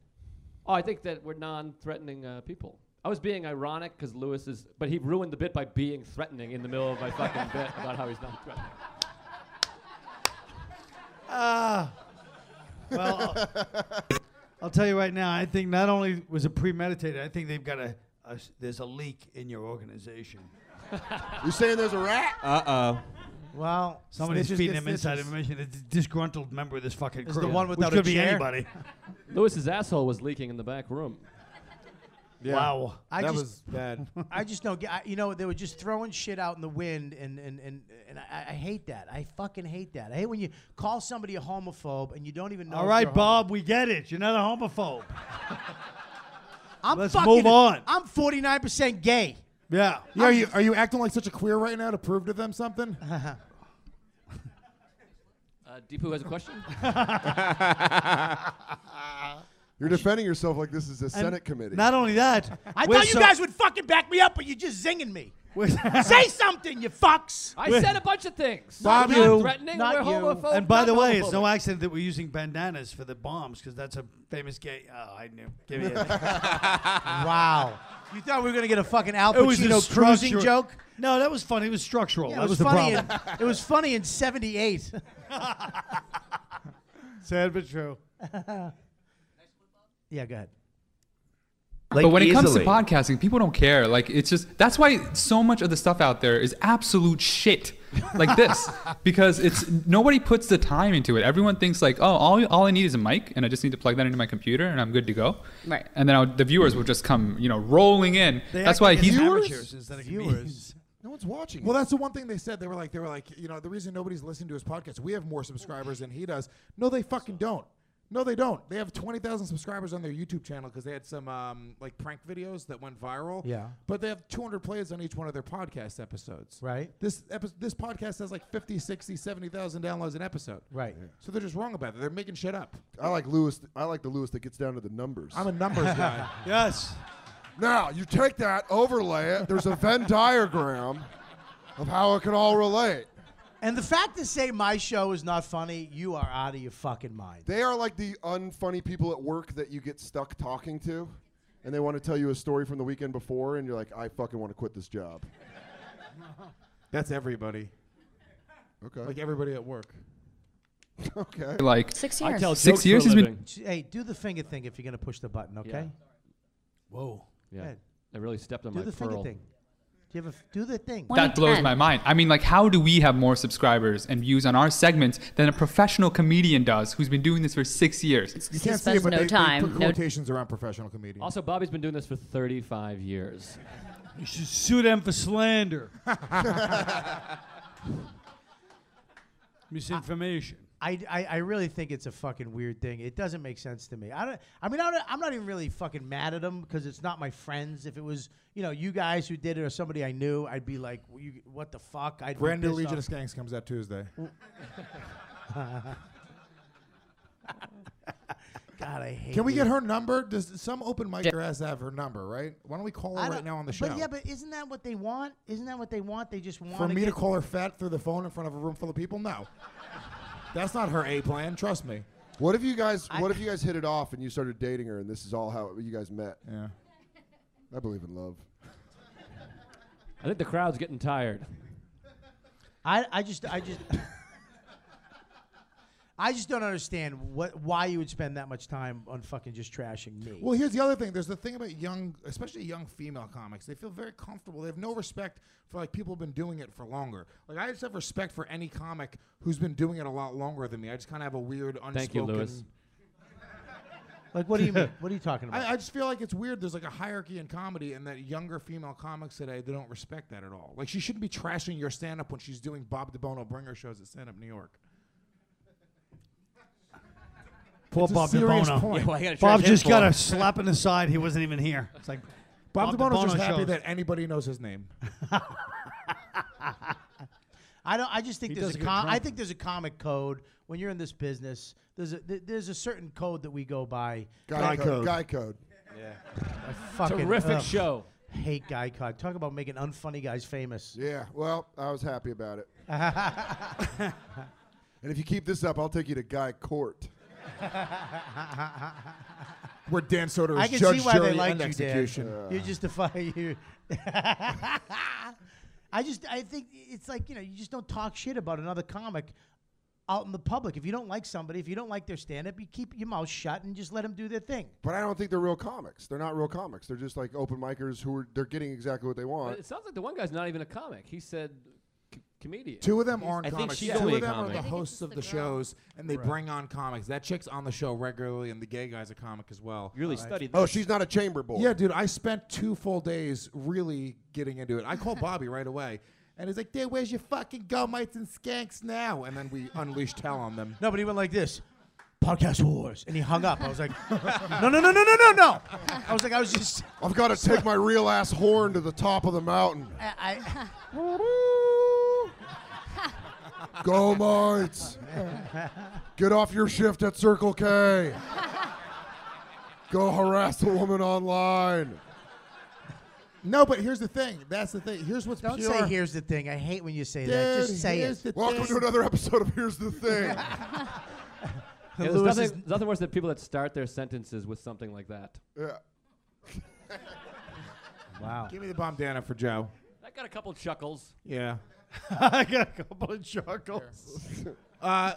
Oh, I think that we're non-threatening uh, people. I was being ironic because Lewis is, but he ruined the bit by being threatening in the middle of my fucking bit about how he's not threatening. Ah. well, I'll- I'll tell you right now. I think not only was it premeditated. I think they've got a, a s- there's a leak in your organization. You're saying there's a rat? Uh oh. Well, somebody's snitches feeding get him inside snitches. information. It's a disgruntled member of this fucking crew. Is the one which without a could be chair? anybody. Lewis's asshole was leaking in the back room. Wow. I That just, was (laughs) bad. I just don't get. I, you know, they were just throwing shit out in the wind, and and and, and I, I hate that. I fucking hate that. I hate when you call somebody a homophobe and you don't even know. All if right, they're homo- Bob, we get it. You're not a homophobe. I'm Let's fucking, move on. I'm 49% gay. Yeah. Yeah, are you, are you acting like such a queer right now to prove to them something? Uh, Deepu has a question. You're defending yourself like this is a Senate committee. Not only that, I we're thought you so- guys would fucking back me up, but you're just zinging me. (laughs) Say something, you fucks. I said a bunch of things. Bob, We're not you. threatening. Not we're you. homophobic. and by the not way, it's no homophobic. accident that we're using bandanas for the bombs because that's a famous gay. Oh, I knew. Give me it. wow. You thought we were gonna get a fucking Al It was a Pacino cruising structural- joke? No, that was funny. It was structural. Yeah, that was, funny. the problem. In, it was funny in '78. (laughs) Sad but true. (laughs) yeah, go ahead. but when it comes to podcasting, people don't care. Like it's just that's why so much of the stuff out there is absolute shit, like this, because it's nobody puts the time into it. Everyone thinks like, oh, all, all I need is a mic, and I just need to plug that into my computer, and I'm good to go. Right. And then I'll, the viewers will just come, you know, rolling in. They that's act why like it's he's amateurs instead of viewers. No one's watching. Well, that's the one thing they said. They were like, they were like, you know, the reason nobody's listening to his podcast, we have more subscribers than he does. No, they fucking don't. No, they don't. They have twenty thousand subscribers on their YouTube channel because they had some um, like prank videos that went viral. Yeah. But they have two hundred plays on each one of their podcast episodes. Right. This epi- this podcast has like 50, 60, 70,000 downloads an episode. Right. So they're just wrong about it. They're making shit up. I like Lewis. I like the Lewis that gets down to the numbers. I'm a numbers (laughs) guy. yes. Now you take that, overlay it. There's a Venn diagram of how it can all relate. And the fact to say my show is not funny, you are out of your fucking mind. They are like the unfunny people at work that you get stuck talking to, and they want to tell you a story from the weekend before, and you're like, I fucking want to quit this job. That's everybody. Okay. (laughs) Like everybody at work. okay. Like Six I years. tell Six jokes for years a he's been- living. Hey, do the finger thing if you're gonna push the button, okay? Whoa. Yeah. I really stepped on Do my the finger pearl. thing. Do you have a f- do the thing? That blows my mind. I mean, like, how do we have more subscribers and views on our segments than a professional comedian does who's been doing this for six years? You can't see it, but they, They put quotations around professional comedians. Also, Bobby's been doing this for 35 years. You should sue them for (laughs) slander. Misinformation. I, I, I really think it's a fucking weird thing. It doesn't make sense to me. I don't. I mean, I don't, I'm not even really fucking mad at them because it's not my friends. If it was, you know, you guys who did it or somebody I knew, I'd be like, "Well, you- what the fuck? I'd be Brand new pissed Legion of off. Skanks comes out Tuesday. (laughs) God, I hate. Can we you. get her number? Does some open micer has to have her number, right? Why don't we call I her right don't- now on the show? But yeah, but isn't that what they want? Isn't that what they want? They just want For me to call her fat through the phone in front of a room full of people? No. That's not her A plan, trust me. What if you guys? what if you guys hit it off and you started dating her, and this is all how you guys met? Yeah. I believe in love. I think the crowd's getting tired. I, I just I just (laughs) I just don't understand what why you would spend that much time on fucking just trashing me. Well, here's the other thing. There's the thing about young, especially young female comics. They feel very comfortable. They have no respect for like people who've been doing it for longer. Like I just have respect for any comic who's been doing it a lot longer than me. I just kind of have a weird, unspoken. Thank you, Lewis. like what do (laughs) you mean? What are you talking about? I, (laughs) I just feel like it's weird. There's like a hierarchy in comedy, and that younger female comics today they don't respect that at all. Like she shouldn't be trashing your stand up when she's doing Bob DeBono bringer shows at Stand Up New York. Poor It's a Bob serious DeBono. point. Yeah, well, I gotta Bob charge him just got for a it. slap in the side. He wasn't even here. It's like Bob, DeBono's just happy shows. that anybody knows his name. I don't. I just think He there's does a. a good Com- I job. think there's a comic code when you're in this business. There's a th- there's a certain code that we go by. Guy Guy code. code. Guy code. Yeah. I fucking Terrific ugh, show. Hate guy code. Talk about making unfunny guys famous. Yeah. Well, I was happy about (laughs) it. and if you keep this up, I'll take you to Guy Court. Where Dan Soder is I can judge, see why jury, they liked and you, Dan. execution. You're just a fucking. (laughs) You. I just I think it's like you know you just don't talk shit about another comic out in the public. If you don't like somebody, if you don't like their stand up, you keep your mouth shut and just let them do their thing. But I don't think they're real comics. They're not real comics. They're just like open micers who are they're getting exactly what they want. It sounds like the one guy's not even a comic. He said c- comedian. Two of them aren't comics. Two of them are I the think hosts of the, shows, and they bring on comics. That chick's on the show regularly, and the gay guy's a comic as well. You really studied Oh, she's not a chamber boy. Yeah, dude, I spent two full days really getting into it. I (laughs) called Bobby right away, and he's like, "Dude, where's your fucking go mites and skanks now?" And then we unleashed hell on them. No, but he went like this. Podcast wars, and he hung up. I was like, no, no, no, no, no, no, no. I was like, I was just. (laughs) I've got to take my real ass horn to the top of the mountain. I, (laughs) Go Mites! Get off your shift at Circle K. Go harass a woman online. No, but here's the thing. That's the thing. Here's what's Don't pure. say here's the thing. I hate when you say that. Dude, Just say here's it. the Welcome thing. to another episode of Here's the Thing. Yeah, there's, Lewis nothing, (laughs) is- there's nothing worse than people that start their sentences with something like that. yeah. Wow. (laughs) Give me the bomb Dana for Joe. I got a couple chuckles. Yeah. I got a couple of chuckles. Uh,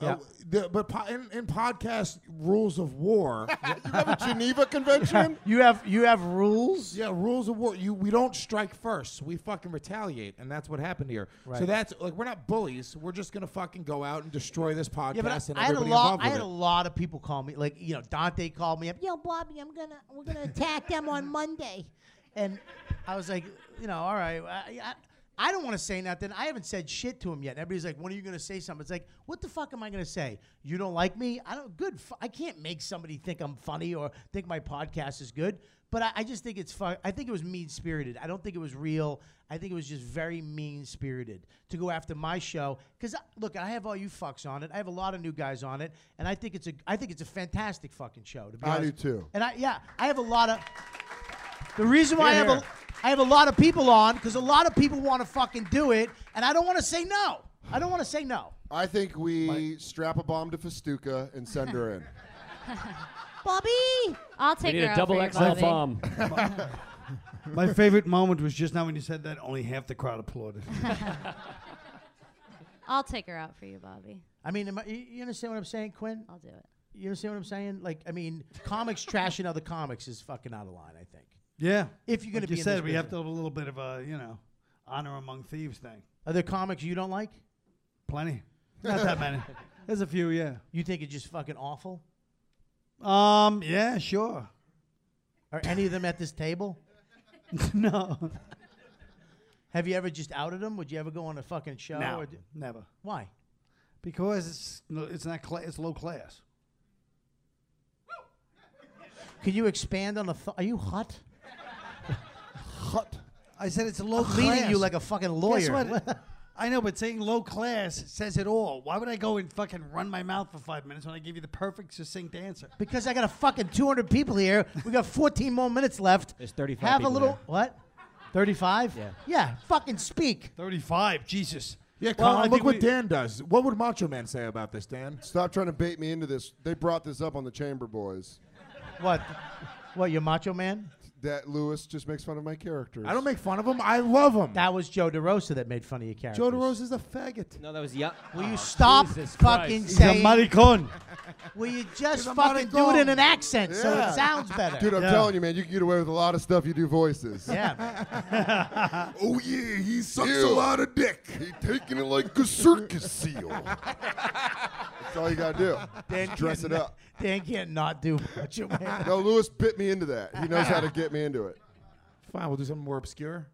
Yeah. uh, the, but po- in, in podcast rules of (laughs) war, (laughs) you have a Geneva Convention. you have you have rules. Yeah, rules of war. You we don't strike first. We fucking retaliate, and that's what happened here. So Right. that's like we're not bullies. We're just gonna fucking go out and destroy this podcast Yeah, but I, and I had a everybody lot. involved I with had it. a lot of people call me. Like you know, Dante called me up. Yo, Bobby, I'm gonna we're gonna attack them on Monday, and I was like, you know, all right. I, I, I don't want to say nothing. I haven't said shit to him yet. And everybody's like, when are you going to say something? It's like, what the fuck am I going to say? You don't like me? I don't. Good. F- I can't make somebody think I'm funny or think my podcast is good. But I, I just think it's fun. I think it was mean spirited. I don't think it was real. I think it was just very mean spirited to go after my show. Because look, I have all you fucks on it. I have a lot of new guys on it, and I think it's a I think it's a fantastic fucking show. To be I do honest. too. And I yeah, I have a lot of. The reason why Hear, I have hear. a I have a lot of people on because a lot of people want to fucking do it, and I don't want to say no. I don't want to say no. I think we strap a bomb to Festuca and send her in. Bobby, I'll We take need your a out double for you, XL Bobby. bomb. My favorite moment was just now when you said that. Only half the (laughs) crowd applauded. I'll take her out for you, Bobby. I mean, am I, you you understand what I'm saying, Quinn? I'll do it. You understand what I'm saying? Like, I mean, comics trashing other comics is fucking out of line. I think. yeah. If you're gonna like be you in said this we have to business. have a little bit of a you know honor among thieves thing. Are there comics you don't like? (laughs) Plenty. Not that many. There's a few. Yeah. You think it's just fucking awful? Um. Yeah. Sure. (laughs) Are any of them at this table? no. Have you ever just outed them? Would you ever go on a fucking show? No, or d- never. Why? Because it's no, it's not cla- it's low class. Can you expand on the? Th- are you hot? Hot. I said it's low I'm Oh, class. leading you like a fucking Guess lawyer. what? I know, but saying low class says it all. Why would I go and fucking run my mouth for five minutes when I give you the perfect succinct answer? (laughs) Because I got a fucking 200 people here. We got 14 more minutes left. There's 35 Have a people little there. what? 35? Yeah. Yeah. Fucking speak. 35. Jesus. (laughs) Yeah, Well, Colin, I look think what we- Dan does. What would Macho Man say about this, Dan? Stop trying to bait me into this. They brought this up on the Chamber Boys. What? What? Your Macho Man? That Lewis just makes fun of my characters. I don't make fun of him. I love him. That was Joe DeRosa that made fun of your character. Joe DeRosa's a faggot. No, that was yeah. Will you stop fucking He's a saying? maricon. Will you just He's a fucking do it maricon. in an accent so Yeah. it sounds better? Dude, I'm telling you, man, you can get away with a lot of stuff. You do voices. Yeah. oh yeah, he sucks a lot of dick. He taking it like a circus seal. That's all you gotta do. Just dress it can't- (laughs) up. Dan can't not do Macho (laughs) Man. No, Lewis bit me into that. He knows how to get me into it. Fine, we'll do something more obscure.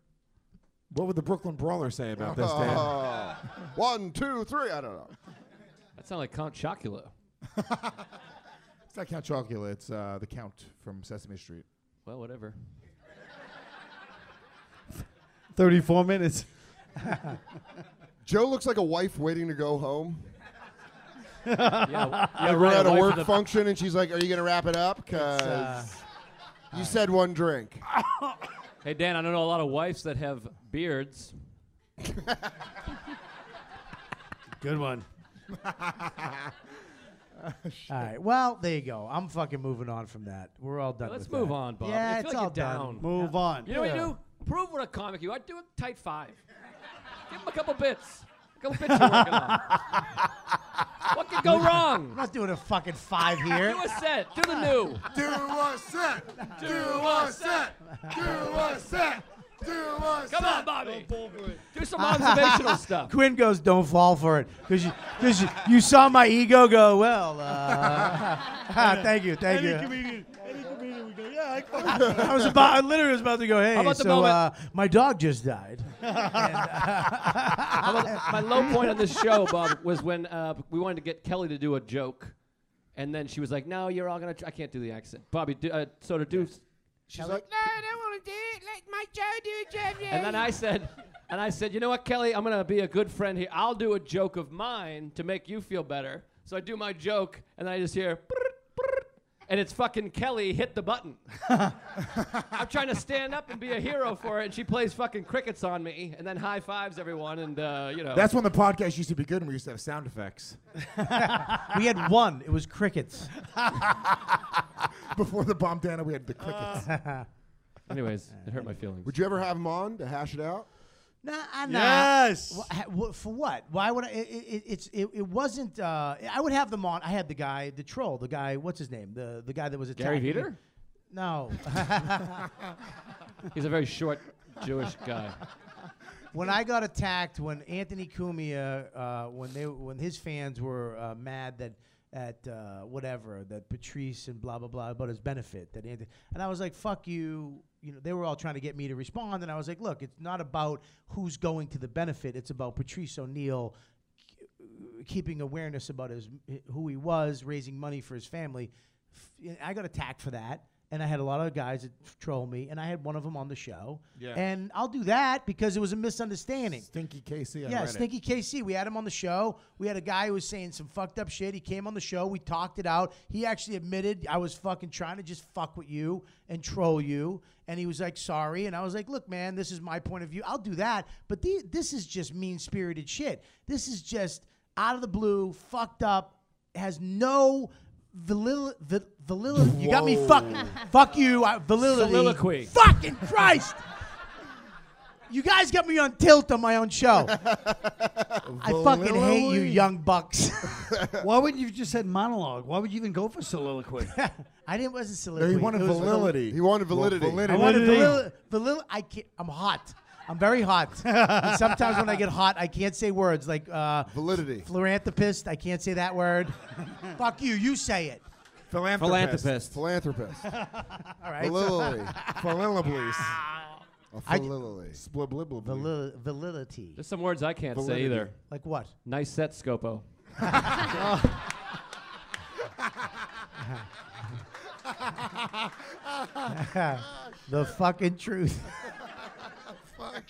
What would the Brooklyn Brawler say about this, Dan? Oh. One, two, three. I don't know. That sounds like Count Chocula. It's not Count Chocula. It's uh, the Count from Sesame Street. Well, whatever. (laughs) 34 minutes. Joe looks like a wife waiting to go home. (laughs) yeah, Like we're at a work function, and she's like, "Are you gonna wrap it up? Cause uh, you said one drink." Hey Dan, I don't know a lot of wives that have beards. Good one. All right. Well, there you go. I'm fucking moving on from that. We're all done. Let's with move that. on, Bob. Yeah, I feel it's like all you're done. down. Move on. You know what Yeah. you do? Prove what a comic you are. Do a tight (laughs) five. Give him a couple bits. A couple bits you're working (laughs) on. what could go wrong? I'm (laughs) not doing a fucking five here. Do a set. Do the new. Do a set. (laughs) Do a set. Do a set. Do a Come on, Bobby. Do some (laughs) observational stuff. Quinn goes, "Don't fall for it," because you, cause you, you saw my ego go. Well, uh, (laughs) ah, thank you, thank Any you. comedian, any comedian would go, yeah, I (laughs) fucking I was about, I literally was about to go. Hey, about the so moment- uh, my dog just died. How about- my low point on this show, Bob, was when uh, we wanted to get Kelly to do a joke, and then she was like, "No, you're all gonna. Tr- I can't do the accent, Bobby. Do, uh, so to do." She's like, No, I don't want to do it. Let my Joe do a job. and then I said, and I said, you know what, Kelly, I'm gonna be a good friend here. I'll do a joke of mine to make you feel better. So I do my joke, and then I just hear, "Brrrt, brrrt." and it's fucking Kelly hit the button. I'm trying to stand up and be a hero for it, and she plays fucking crickets on me, and then high fives everyone, and uh, you know. That's when the podcast used to be good and we used to have sound effects. (laughs) we had one. It was crickets. Before the bomb down, we had the crickets. Anyways, it hurt my feelings. Would you ever have him on to hash it out? (laughs) Nah, I- nah. Yes. Wha- ha- wha- For what? Why would I? It, it, it- it's it, it wasn't. Uh, I would have them on. I had the guy, the troll, the guy. What's his name? The the guy that was Gary attacking. Veter? No. He's a very short Jewish guy. when I got attacked, when Anthony Cumia, uh, when they when his fans were uh, mad that at uh, whatever that Patrice and blah blah blah about his benefit that Anthony, and I was like, fuck you. You know, they were all trying to get me to respond, and I was like, look, it's not about who's going to the benefit. It's about Patrice O'Neill keeping awareness about his who he was, raising money for his family. F- I got attacked for that, and I had a lot of guys that troll me, and I had one of them on the show. Yeah. And I'll do that because it was a misunderstanding. Stinky KC. on yeah, Reddit. Stinky KC. We had him on the show. We had a guy who was saying some fucked up shit. He came on the show. We talked it out. He actually admitted I was fucking trying to just fuck with you and troll you. And he was like, sorry. And I was like, look, man, this is my point of view. I'll do that. But the, this is just mean spirited shit. This is just out of the blue, fucked up, has no validity. validity. You got me fucked. Fuck you. I, validity. Soliloquy. Fucking Christ. You guys got me on tilt on my own show. I fucking hate you, Valilly. young bucks. Why wouldn't you have just said monologue? Why would you even go (laughs) for soliloquy? I didn't wasn't soliloquy. he It wanted was valil- validity. He wanted Well, validity. validity. I wanted Validity. valil- valil- I can't, I'm hot. I'm very hot. And sometimes when I get hot, I can't say words like uh, validity. Philanthropist. I can't say that word. Fuck you. You say it. Philanthropist. (laughs) Philanthropist. All right. (laughs) Valilly. I- Valilly. Valil- validity. There's some words I can't say Validity. either. Like what? Nice set, Scopo. the fucking truth.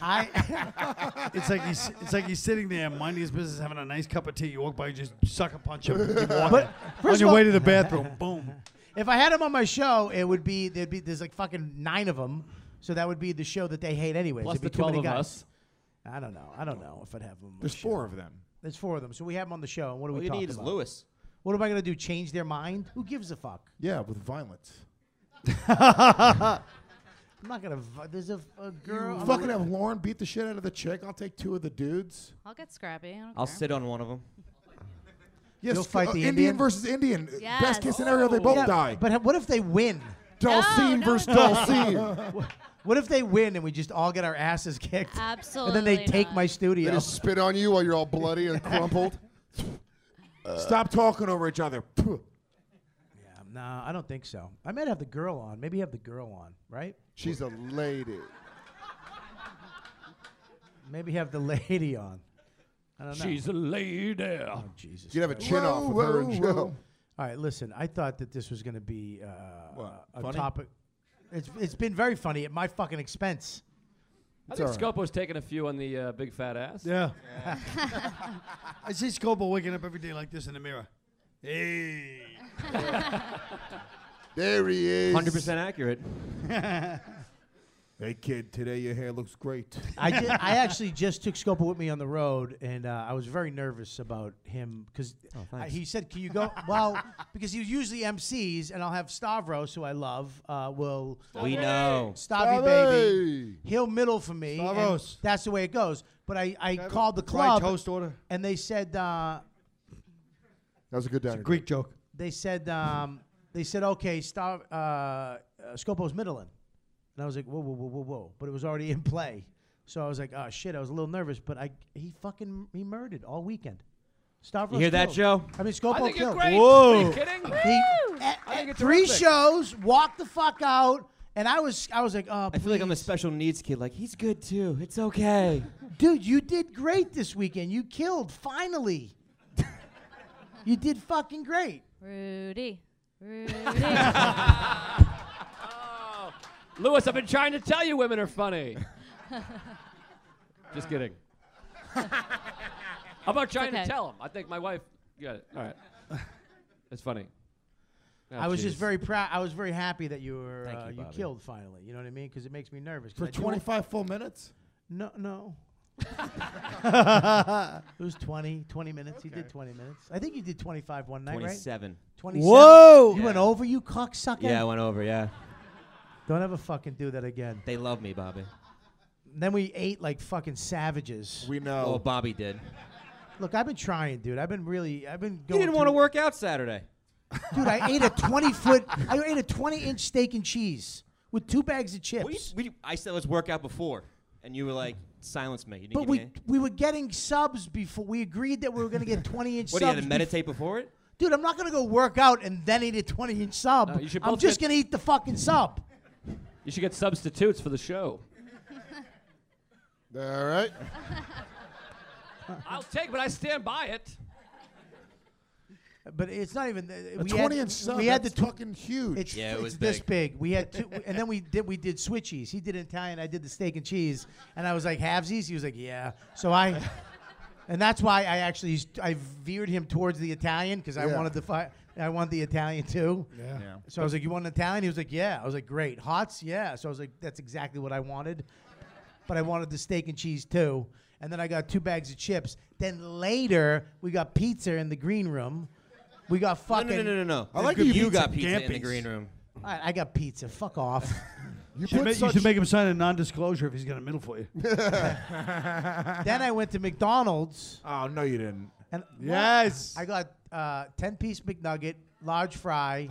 I. it's like he's it's like he's sitting there minding his business, having a nice cup of tea. You walk by, you just suck a punch him. You walk But on first your of all- way to (laughs) the bathroom, boom. If I had him on my show, it would be there'd be there's like fucking nine of them, so that would be the show that they hate anyways. Plus It'd be the too many 12 of guys. us. I don't know. I don't know if I'd have them. on There's the four show. of them. There's four of them. So we have them on the show. And what do All we you talk need is about? Lewis. What am I gonna do? Change their mind? Who gives a fuck? Yeah, with violence. I'm not gonna. vi- There's a, a girl. You I'm fucking not- have Lauren beat the shit out of the chick. I'll take two of the dudes. I'll get scrappy. I don't I'll care. sit on one of them. Yes, You'll fight uh, the Indian, Indian? versus Indian. Yes. Best case scenario, they both Yeah, die. But ha- what if they win? Dalcine versus (laughs) Dalcine. What if they win and we just all get our asses kicked? And then they Absolutely take not. my They studio. just spit on you while you're all bloody and crumpled. Stop talking over each other. Phew. No, I don't think so. I might have the girl on. Maybe have the girl on, right? She's a lady. Maybe have the (laughs) lady on. I don't know. She's a lady. Oh, Jesus. You'd have a Christ. chin off with her and Joe. All right, listen. I thought that this was going to be uh, a Funny? topic. It's, it's been very funny at my fucking expense. I It's think all Scopo's taking a few on the uh, big fat ass. Yeah. I see Scobo waking up every day like this in the mirror. Hey. There he is. 100% accurate. Hey kid, today your hair looks great. I, did, I actually just took Scopa with me on the road, and uh, I was very nervous about him because thanks. he said, "Can you go?" well, because he usually MCs, and I'll have Stavros, who I love, uh, will We know. Stavy baby, he'll middle for me. and Stavros. that's the way it goes. But I, I Can I have a called the dry club, toast order? and they said. Uh, That was a good diner. Greek joke. they said um, they said okay, Star uh, uh, Scopo's middling, and I was like whoa whoa whoa whoa whoa, but it was already (laughs) in play, so I was like oh shit, I was a little nervous, but I he fucking he murdered all weekend. Stavros You hear that, killed. Joe? I mean Scopo I think you're killed. great. Are you Whoa. kidding? He- at- I at think it's three terrific. shows, walked the fuck out, and I was I was like oh I feel like I'm the special needs kid. Like, he's good too. It's okay. dude, you did great this weekend. You killed finally. (laughs) you did fucking great. (laughs) Rudy. Rudy. Lewis, I've been trying to tell you women (laughs) are funny. Just kidding. How about trying okay. (laughs) to tell him? I think my wife got it. All right. It's funny. Oh, I was just jeez. very proud. I was very happy that you were Thank uh, you, you Bobby. killed finally. You know what I mean? Because it makes me nervous. 'cause For I do- 25 full minutes? No, no. it was 20, 20 minutes. You did 20 minutes. I think you did 25 one night, right? 27. 27. Whoa! You went over, you cocksucker? Yeah, I went over. Yeah. Don't ever fucking do that again. They love me, Bobby. Then we ate like fucking savages. We know. Oh, Bobby did. Look, I've been trying, dude. I've been really, I've been You going. didn't want to through- work out Saturday. Dude, I ate a 20 foot, I ate a 20 inch steak and cheese with two bags of chips. What do you, what do you, I said let's work out before, and you were like, silence me. You didn't But give we me any- we were getting subs before. We agreed that we were going to get 20 inch (laughs) What, do you subs. had to bef- meditate before it? Dude, I'm not going to go work out and then eat a 20 inch sub. No, you should I'm both just get- going to eat the fucking sub. You should get substitutes for the show. All right. I'll take, but I stand by it. But it's not even. uh, A we 20 had, inch sub, We had the that's tw- fucking huge. It's, Yeah, it it's was this big. big. We had two, and then we did we did switchies. He did Italian. I did the steak and cheese, and I was like halvesies. He was like, yeah. So I, and that's why I actually s- I veered him towards the Italian because I Yeah. wanted the fi- I wanted the Italian too. Yeah. Yeah. So I was like, you want an Italian? He was like, yeah. I was like, great. Hots, yeah. So I was like, that's exactly what I wanted, but I wanted the steak and cheese too. And then I got two bags of chips. Then later we got pizza in the green room. We got No, fucking no, no, no, no, no. you got pizza in the green room. I, I got pizza. Fuck off. (laughs) You should, ma- you should make him sign a non-disclosure if he's got a middle for you. then I went to McDonald's. Oh, no, you didn't. And Yes. I got uh, ten piece McNugget, large fry. (laughs)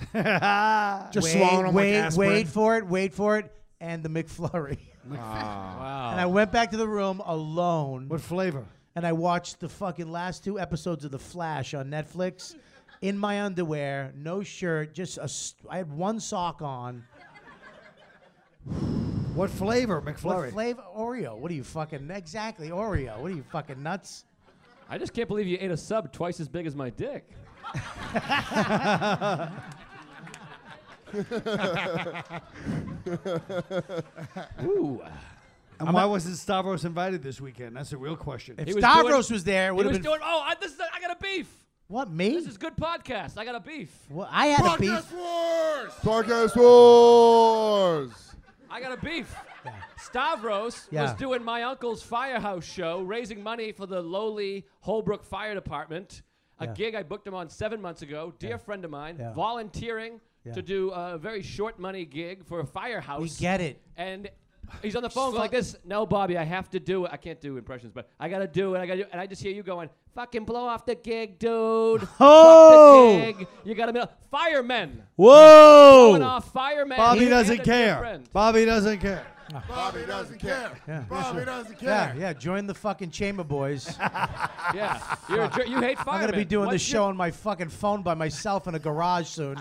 Just wait, swallowing 'em like wait, aspirin. wait for it, wait for it, and the McFlurry. (laughs) Wow. And I went back to the room alone. What flavor? And I watched the fucking last two episodes of The Flash on Netflix, in my underwear, no shirt, just a. St- I had one sock on. What flavor, What McFlurry? flavor? Oreo. What are you fucking? Exactly, Oreo. What are you fucking nuts? I just can't believe you ate a sub twice as big as my dick. Ooh. And I'm why not- wasn't Stavros invited this weekend? That's a real question. If He was Stavros doing- was there, it He would've was been- doing. Oh, I, this is, I got a beef. What me? This is good podcast. I got a beef. Well, I had a beef. Wars! Podcast Wars! I got a beef. Stavros Yeah. was doing my uncle's firehouse show, raising money for the lowly Holbrook Fire Department. A Yeah. gig I booked him on seven months ago. Dear friend of mine, Yeah. volunteering Yeah. to do a very short money gig for a firehouse. We get it. And he's on the phone going like this. No, Bobby, I have to do it. I can't do impressions, but I gotta do it. I gotta do it. And I just hear you going, "Fucking blow off the gig, dude. Oh! Fuck the gig. You gotta be firemen. Whoa! Blowing off firemen. Bobby He doesn't and a dear care. (laughs) friend. Bobby doesn't care. Bobby doesn't care. Yeah. Bobby yeah, doesn't Yeah, care. yeah. Join the fucking chamber, (laughs) boys. Yeah, you're a jer- you hate firemen. I'm gonna be doing What's this show on my fucking phone by myself in a garage (laughs) soon.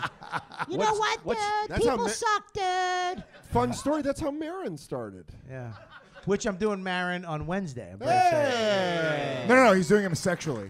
You know what, dude? That's how People ma- suck, dude. Fun story. That's how Marin started. yeah. Which I'm doing Marin on Wednesday. I'm very Hey! excited. No, no, no. He's doing him sexually.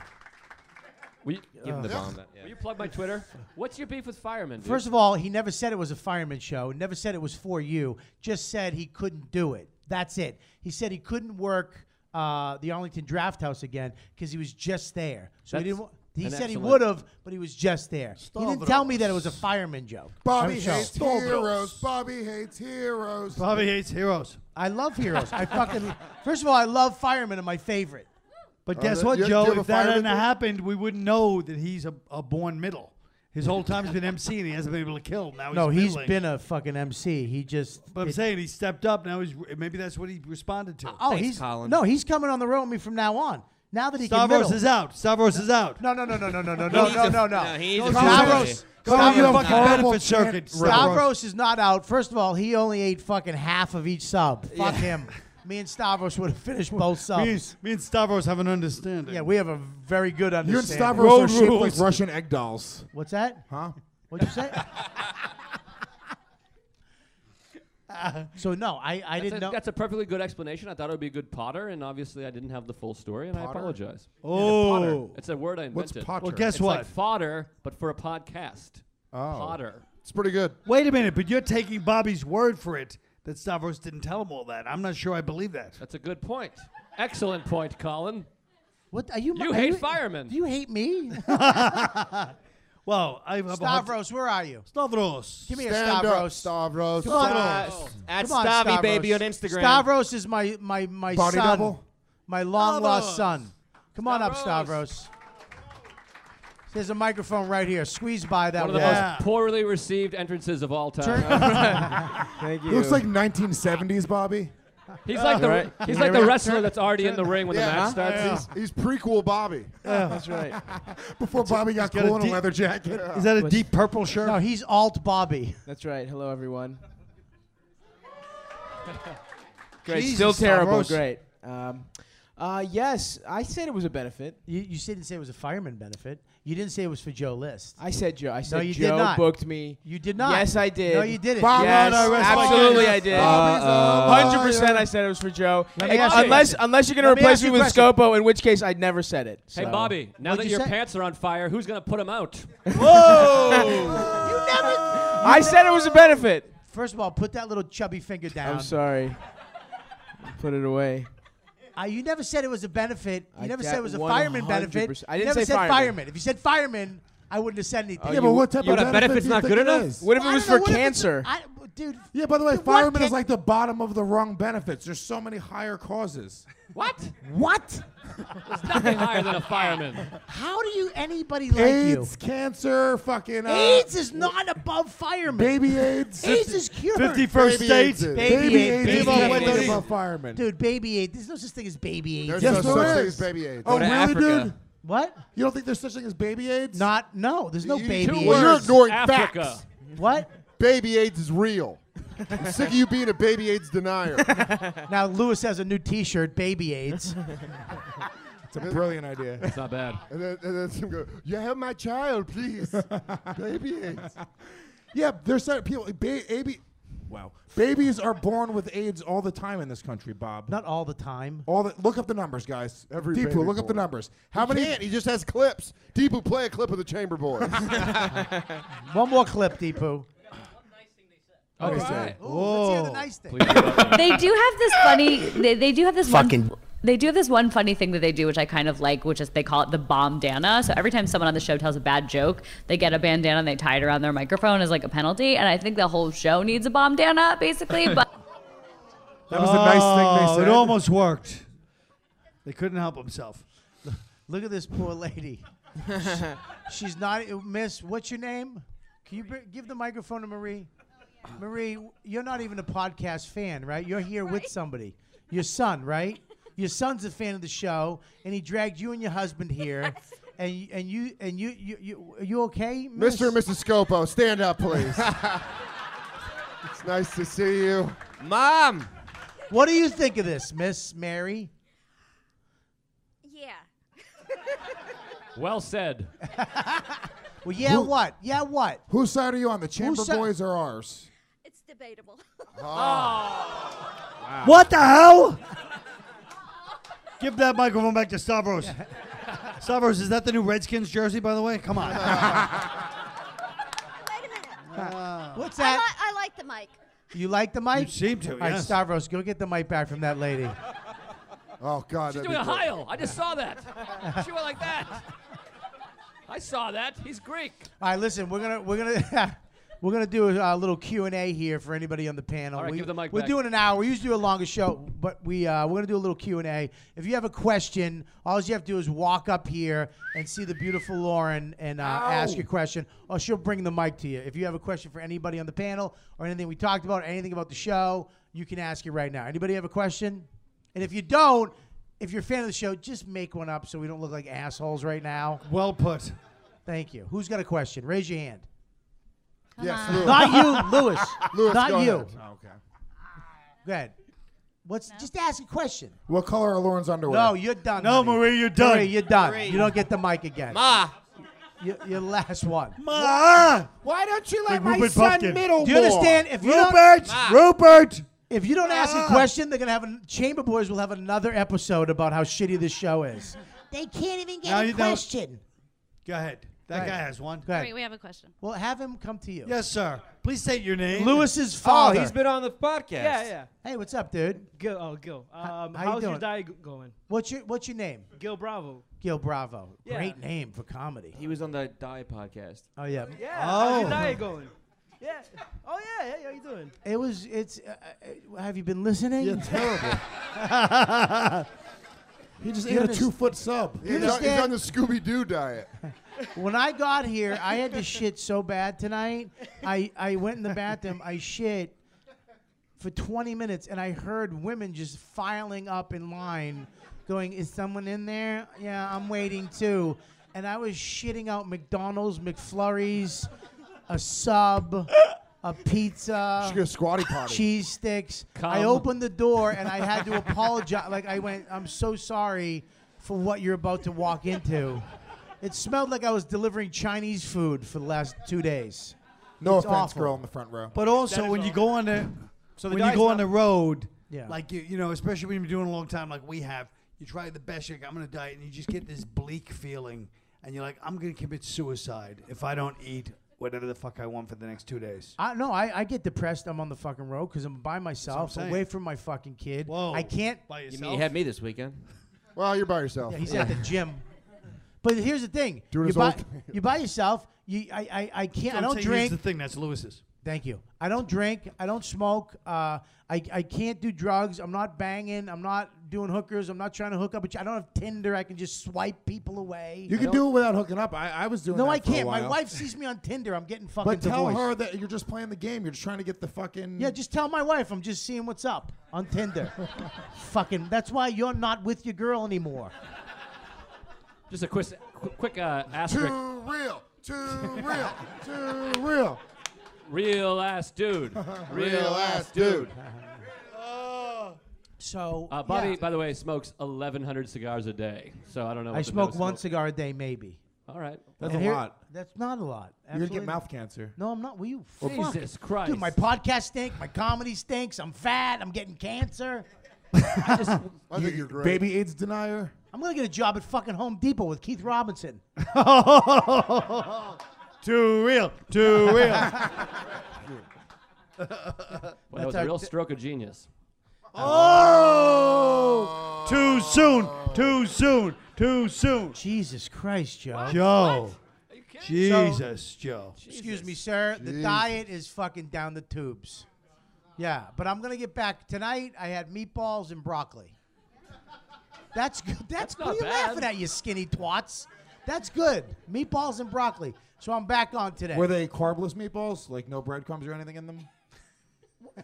We Give him the bomb, Your, Will you plug my Twitter? What's your beef with firemen? Dude? First of all, he never said it was a fireman show. Never said it was for you. Just said he couldn't do it. That's it. He said he couldn't work uh, the Arlington Draft House again because he was just there. So he That's didn't. wa- He an said he excellent- would have, but he was just there. He didn't tell me that it was a Stavros. fireman joke. Bobby I'm sorry. hates heroes. Bobby hates heroes. Bobby hates heroes. I love heroes. I fucking first of all, I love firemen are my favorite. But Are guess there- what, you- do you Joe? have a If that fireman hadn't there? happened, we wouldn't know that he's a, a born middle. His whole time he's been (laughs) MC and he hasn't been able to kill. Now Oh, he's no, he's middling. been a fucking MC. He just But I'm it- saying he stepped up. Now he's maybe that's what he responded to. oh he's no he's coming on the road with me from now on. Now that he can Stavros middle. is out. Stavros is out. No, no, no, no, no, no, (laughs) no, no, no, no, no. Stavros. Go on your fucking benefit circuit. Stavros is not out. First of all, he only ate fucking half of each sub. Fuck him. Me and Stavros would have (laughs) finished both Me, subs. and- me and Stavros have an understanding. Yeah, we have a very good understanding. You and Stavros are shaped like Russian egg dolls. What's that? Huh? What'd you say? (laughs) so no, I, I That's didn't a, know. That's a perfectly good explanation. I thought it would be a good Potter, and obviously I didn't have the full story, and I Potter? apologize. Yeah, potter. Oh. it's a word I What's invented. potter? Well, guess It's what? Like fodder, but for a podcast. Oh. Potter. It's pretty good. Wait a minute, but you're taking Bobby's word for it that Stavros didn't tell him all that. I'm not sure I believe that. That's a good point. Excellent point, Colin. What are you? You are hate firemen. Do you hate me? Well, I have a hard Stavros, where are you? Stavros. Give me a Stand up, Stavros. Stavros. Come on. Oh. Stavros. Come At on, Stavi, Stavros. baby, on Instagram. Stavros is my my my Body son, double? my long lost Stavros. son. Come on up, Stavros. There's a microphone right here. Squeeze by that One of the most poorly received entrances of all time. Thank uh, Looks like 1970s, Bobby. He's like the- Right. he's like the wrestler that's already in the ring when the match starts. (laughs) He's, he's prequel Bobby. Yeah, that's right. Before Bobby got got a cool in a deep- leather jacket. Is that a What's- deep purple shirt? No, he's alt Bobby. That's right. (laughs) Hello, everyone. Great. Great. Jesus, Still terrible. Stavros. Great. Um, uh, yes, I said it was a benefit. You, you didn't say it was a fireman benefit. You didn't say it was for Joe List. I said Joe. I said no, you Joe did not. booked me. You did not. Yes, I did. No, you didn't. yes, absolutely, I did. Uh, Hundred percent. I said it was for Joe. Uh, Let me ask you- unless, unless you're gonna Let me replace ask me you with a question. Scopo, in which case I never said it. Hey, so. Bobby, now What'd that you your say? pants are on fire, who's going to put them out? Whoa! I said it was a benefit. First of all, put that little chubby finger down. I'm sorry. Put it away. Uh, you never said it was a benefit. You I never got said it was a fireman 100%. benefit. I You didn't never say said fireman. If you said fireman, I wouldn't have said anything. Yeah, but you- what type you- of but a benefit benefit's do you not think good it enough? is? What if Well, it I was don't know. for What if it's- cancer? I, dude, Yeah, by the way, Dude, what fireman can- is like the bottom of the rung benefits. There's so many higher causes. What? What? There's nothing higher than a fireman. how do you anybody like AIDS, you? cancer, fucking. Uh, AIDS is not above firemen. Baby AIDS. AIDS is cured. 51st Baby AIDS. Baby, Baby AIDS is AIDS. Baby above AIDS. what? Above firemen. Dude, baby AIDS. There's no such thing as baby AIDS. There's Yes, no there such thing is. as baby AIDS. Oh, Go to really, Africa. dude? What? You don't think there's such thing as baby AIDS? Not. No, there's no You- baby AIDS. Well, you're ignoring Africa. facts. What? Baby AIDS is real. I'm sick of you being a baby AIDS denier. Now Lewis has a new T-shirt, baby AIDS. (laughs) It's a brilliant idea. It's not bad. And then, and then some go, you have my child, please. baby AIDS. Yeah, there's some people. Ba- baby, wow, babies are born with AIDS all the time in this country, Bob. Not all the time. All the look up the numbers, guys. Every Deepu, baby look up the born. numbers. How he many? Can't. He just has clips. Deepu, play a clip of the Chamber Boys. One more clip, Deepu. All Okay. right. Ooh, let's hear the Whoa. nice thing. they do have this funny. They, they do have this Fucking- One, they do have this one funny thing that they do, which I kind of like, which is they call it the bomb dana. So every time someone on the show tells a bad joke, they get a bandana and they tie it around their microphone as like a penalty. And I think the whole show needs a bomb dana, basically. But That was a nice thing they Oh, said. It almost worked. They couldn't help himself. Look at this poor (laughs) lady. She's not, Miss. What's your name? Can you br- give the microphone to Marie? Marie, you're not even a podcast fan, right? You're here with somebody. Your son, right? Your son's a fan of the show, and he dragged you and your husband here. And y- and you and you you you are you okay, miss? Mr. and Mrs. Scopo, stand up, please. it's nice to see you. Mom, what do you think of this, Miss Mary? Yeah. Well said. Well, yeah, Who- what? Yeah, what? Whose side are you on? The Chamber side- Boys or ours? It's debatable. What the hell? Give that microphone back to Stavros. Stavros, is that the new Redskins jersey, by the way? Come on. (laughs) What's I, that? li- I like the mic. You like the mic? You seem to, All right, yes. Stavros, go get the mic back from that lady. Oh God, She's that'd doing be a great. Heil. I just saw that. she went like that. I saw that. He's Greek. All right, listen, we're gonna we're gonna (laughs) we're gonna do a, uh, little Q and A here for anybody on the panel. All right, we, give the mic we're back. doing an hour. We usually do a longer show, but we uh, we're gonna do a little Q and A. If you have a question, all you have to do is walk up here and see the beautiful Lauren and uh, ask your question, or she'll bring the mic to you. If you have a question for anybody on the panel or anything we talked about, or anything about the show, you can ask it right now. Anybody have a question? And if you don't, if you're a fan of the show, just make one up so we don't look like assholes right now. Well put. Thank you. Who's got a question? Raise your hand. Yes, Lewis. Not (laughs) you, Lewis. Lewis, Not go you. ahead. okay. Go ahead. What's just ask a question? What color are Lauren's underwear? No, you're done. No, honey. Marie, you're done. Marie, you're done. Marie. You don't get the mic again. Ma. Your, your last one. Ma! Why don't you let Like my Rupert son Pupkin. middle Do you understand? If you Rupert! don't, Rupert! if you don't ask a Ah. question, they're gonna have a, Chamber Boys will have another episode about how shitty this show is. They can't even get Now a you don't- question. Go ahead. That guy has one. Go ahead. Wait, we have a question. Well, have him come to you. Yes, sir. Please state your name. Lewis's Oh, father. he's been on the podcast. Yeah, yeah. Hey, what's up, dude? Go, oh, go. Um, how you how's your doing? diet g- going? What's your What's your name? Gil Bravo. Gil Bravo. Yeah. Great name for comedy. He was on the diet podcast. Oh yeah. Yeah. How's Oh. your diet going? Yeah. Oh yeah. Yeah. How you doing? It was. It's. Uh, uh, have you been listening? You're terrible. he just ate a two-foot sub. He's on, he's on the Scooby Doo diet. (laughs) When I got here, I had to shit so bad tonight. I, I went in the bathroom, I shit for 20 minutes, and I heard women just filing up in line going, Is someone in there? Yeah, I'm waiting too. And I was shitting out McDonald's, McFlurries, a sub, a pizza, She could have squatty potty. cheese sticks. I Come. opened the door and I had to apologize. Like I went, I'm so sorry for what you're about to walk into. It smelled like I was delivering Chinese food for the last two days. No It's offense, awful. girl in the front row. But also, when you go on the, So the when you guy's go not- on the road, Yeah. like you, you know, especially when you're doing a long time, like we have, you try the best. You're like, I'm gonna diet, and you just get this bleak feeling, and you're like, I'm gonna commit suicide if I don't eat whatever the fuck I want for the next two days. I, no, I, I get depressed. I'm on the fucking road because I'm by myself, saying. away from my fucking kid. Oh, I can't. You mean you had me this weekend? Well, you're by yourself. Yeah, he's at the gym. But here's the thing: you Doing his by, own thing. you by yourself. You, I, I, I can't. I I'm don't saying here's drink. the thing that's Lewis's. Thank you. I don't drink. I don't smoke. Uh, I, I can't do drugs. I'm not banging. I'm not doing hookers. I'm not trying to hook up. With you. I don't have Tinder. I can just swipe people away. You can do it without hooking up. I, I was doing No, that I for a can't. My while. wife sees me on Tinder. I'm getting fucking But tell divorced. her that you're just playing the game. You're just trying to get the fucking. Yeah, just tell my wife I'm just seeing what's up (laughs) on Tinder. fucking. That's why you're not with your girl anymore. Just a quick, quick uh, asterisk. Too real. Too (laughs) real. Too real. Real ass dude. Uh, Real ass dude. So, uh, Bobby, yeah. by the way, smokes 1,100 cigars a day. So I don't know. I what the smoke nose one cigar a day, maybe. All right. That's And a here- lot. That's not a lot. You're gonna get Absolutely. mouth cancer. No, I'm not. Will you? Or- fuck. Jesus Christ. Dude, my podcast stinks. My comedy stinks. I'm fat. I'm getting cancer. I think you're great. Baby AIDS denier. I'm gonna get a job at fucking Home Depot with Keith Robinson. Too (laughs) real. Uh, Too real. Well, that was a real stroke of genius. Oh! Too soon. Too soon. Too soon. Jesus Christ, Joe. Joe. Jesus, So- Joe. Excuse me, sir. The Jeez. diet is fucking down the tubes. Yeah, but I'm gonna get back tonight. I had meatballs and broccoli. That's good. That's, good. not you bad. laughing at you skinny twats. That's good. Meatballs and broccoli. So I'm back on today. Were they carbless meatballs? Like no breadcrumbs or anything in them?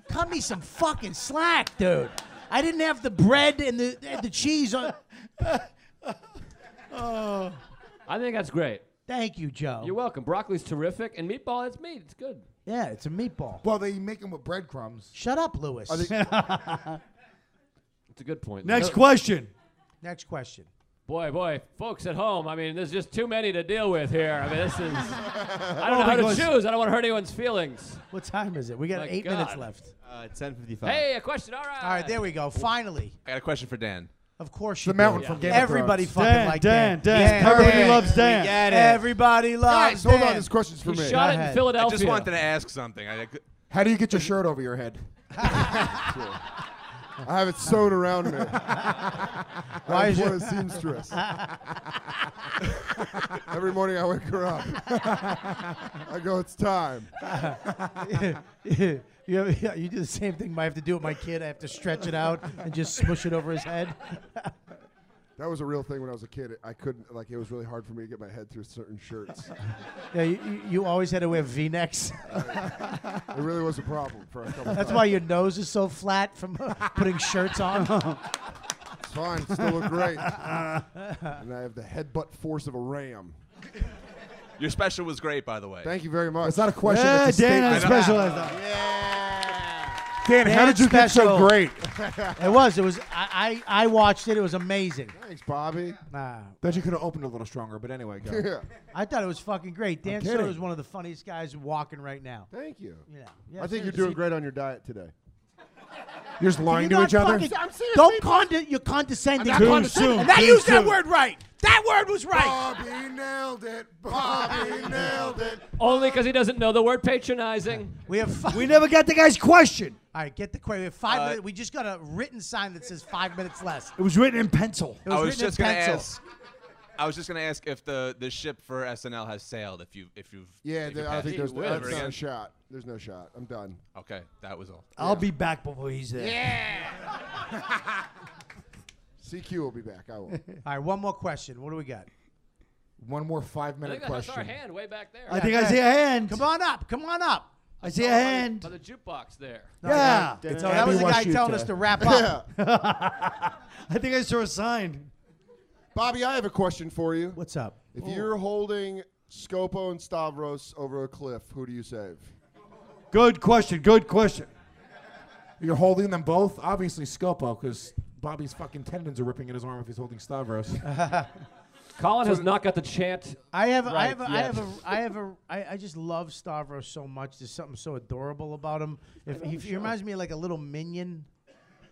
Cut me some fucking slack, dude. I didn't have the bread and the and the cheese on. oh, I think that's great. thank you, Joe. You're welcome. Broccoli's terrific, and meatball, it's meat. It's good. yeah, it's a meatball. Well, they make them with breadcrumbs. Shut up, Lewis. (laughs) It's a good point. Next No- question. Next question. Boy, boy, folks at home. I mean, there's just too many to deal with here. I mean, this is. I Oh don't know my how to gosh. choose. I don't want to hurt anyone's feelings. What time is it? We got My eight minutes God. left. Uh, 10:55. Hey, a question. All right. All right, there we go. Finally, I got a question for Dan. of course, The you mountain do. from Game of Everybody Thrones. fucking Dan, like Dan, Dan. Everybody Everybody loves loves Dan. Dan. We get it. Everybody loves Guys, hold on, Dan. this question's for He me. Go shot it in ahead. Philadelphia. I just wanted to ask something. I, How do you get your shirt over your (laughs) head? I have it sewn (laughs) around me. Why Why is is your- a seamstress? (laughs) Every morning I wake her up. I go, it's time. (laughs) you, yeah, you do the same thing. I have to do with my kid. I have to stretch it out and just smush it over his head. That was a real thing when I was a kid. I couldn't like it was really hard for me to get my head through certain shirts. Yeah, you, you- you always had to wear V-necks. it really was a problem for a couple. That's times. why your nose is so flat from (laughs) putting shirts (laughs) on. It's fine. Still (laughs) look great. and I have the headbutt force of a ram. your special was great, by the way. Thank you very much. It's not a question. Yeah, it's a Dan, statement. I specialize Dan, how did you get so great? it was. It was. I, I I watched it. It was amazing. Thanks, Bobby. Nah. Bet you could have opened a little stronger, but anyway, go. I thought it was fucking great. Dan Soder kidding. is one of the funniest guys walking right now. Thank you. Yeah. I think you're seriously. doing great on your diet today. You're just Can you lying to not each other. fucking- don't conde- you're condescending. I'm not Too condescending. soon. And I Too used that soon. word right. That word was right. Bobby nailed it. (laughs) Bobby nailed it. Only because he doesn't know the word patronizing. (laughs) We have. Five. We never got the guy's question. All right, get the question. We have five Uh, minutes. We just got a written sign that says five minutes less. It was written in pencil. It was I was written in just gonna pencil. ask. I was just gonna ask if the, the ship for SNL has sailed. If you if you've Yeah, if there- you I passed think it. there's Whatever Oh. that's not again. a shot. There's no shot. I'm done. Okay, that was all. I'll be back before he's there. Yeah. CQ will be back. I will. (laughs) All right, one more question. What do we got? One more five I think minute that's our question. hand way back there. I think I see a hand. Come on up. Come on up. I see a hand. By the jukebox there. yeah. It's That Abby was the guy Washita. telling us to (laughs) wrap up. I think I saw a sign. Bobby, I have a question for you. What's up? If you're holding Scopo and Stavros over a cliff, who do you save? Good question. Good question. You're holding them both? Obviously, Scopo, because Bobby's fucking tendons are ripping in his arm if he's holding Stavros. Colin has not got the chant. I have, I right have, a, I yet. have, a, I (laughs) have a, I, I just love Stavros so much. There's something so adorable about him. If, he, he reminds me of like a little minion,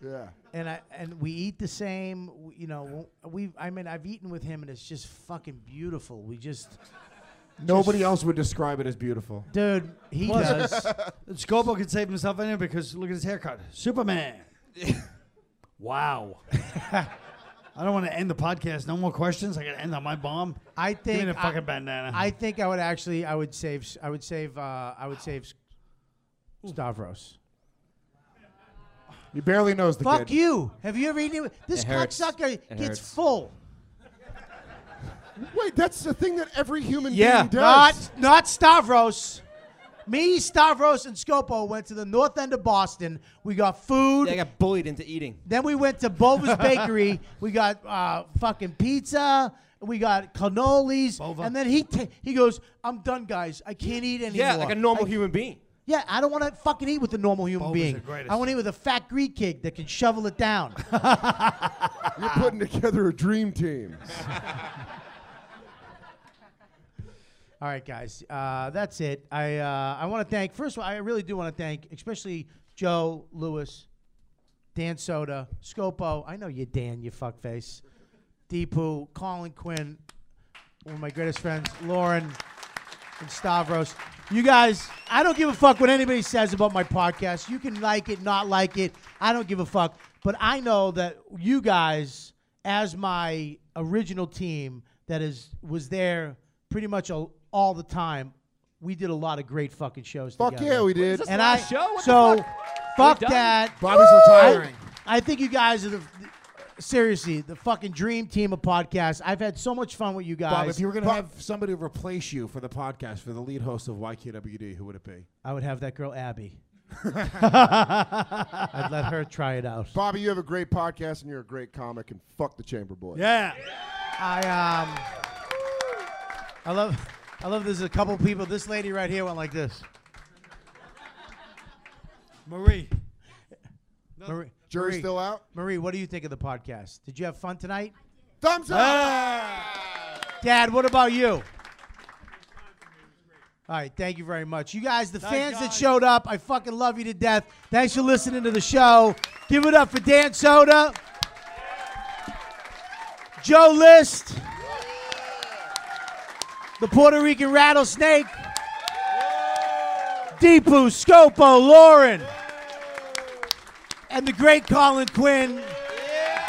Yeah. and I and we eat the same. w- You know, we. I mean, I've eaten with him, and it's just fucking beautiful. We just Nobody else would describe it as beautiful. Dude, he Plus, does. Scopo can save himself in there because look at his haircut. Superman. (laughs) wow. (laughs) I don't want to end the podcast. No more questions. I got to end on my bomb. I (laughs) think Give me the I- fucking bandana. I think I would actually. I would save. s- I would save. Uh, I would save s- Stavros. He barely knows the Fuck kid. you. Have you ever eaten? It? This It hurts. cocksucker It gets hurts. full. Wait, that's the thing that every human being does. Not not Stavros. Me, Stavros, and Scopo went to the north end of Boston. We got food. I got bullied into eating. Then we went (laughs) to Bova's Bakery. We got uh, fucking pizza. We got cannolis. And then he t- he goes, "I'm done, guys. I can't eat anymore." Yeah, like a normal human being. Yeah, I don't want to fucking eat with a normal human Bova's being. the greatest. I want to eat with a fat Greek kid that can shovel it down. You're putting together a (laughs) dream team. All right, guys, uh, that's it. I uh, I want to thank first of all, I really do want to thank especially Joe Lewis, Dan Soda, Scopo. I know you, Dan, you fuckface. Deepu, Colin Quinn, one of my greatest friends, Lauren, and Stavros. You guys, I don't give a fuck what anybody says about my podcast. You can like it, not like it. I don't give a fuck. But I know that you guys, as my original team that is was there pretty much all, all the time, we did a lot of great fucking shows Fuck together. yeah, we did. Is this the and I last show? What so the fuck? fuck We're done. that. Bobby's retiring. I, I think you guys are the seriously the fucking dream team of podcasts. I've had so much fun with you guys. Bob, if you were going to have somebody replace you for the podcast, for the lead host of YKWD, who would it be? I would have that girl Abby. I'd let her try it out. Bobby, you have a great podcast and you're a great comic and fuck the chamber boy. Yeah. I um I love I love there's a couple people. This lady right here went like this. Marie. Marie, Jury's Marie, still out? Marie, what do you think of the podcast? Did you have fun tonight? Thumbs up. Ah! Dad, what about you? All right, thank you very much. You guys, the fans that showed up, I fucking love you to death. Thanks for listening to the show. Give it up for Dan Soda, Joe List, the Puerto Rican Rattlesnake, Deepu, Scopo, Lauren, and the great Colin Quinn.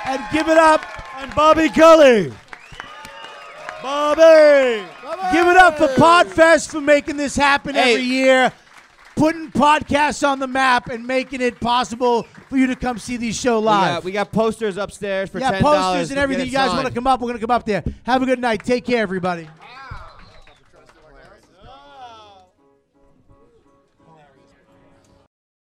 And give it up and Bobby Cully. Bobby! Give it up for Podfest for making this happen every year, putting podcasts on the map and making it possible for you to come see these show We, live. got, we got posters upstairs for yeah, ten dollars. posters and everything. You guys want to come up? We're going to come up there. Have a good night. Take care, everybody.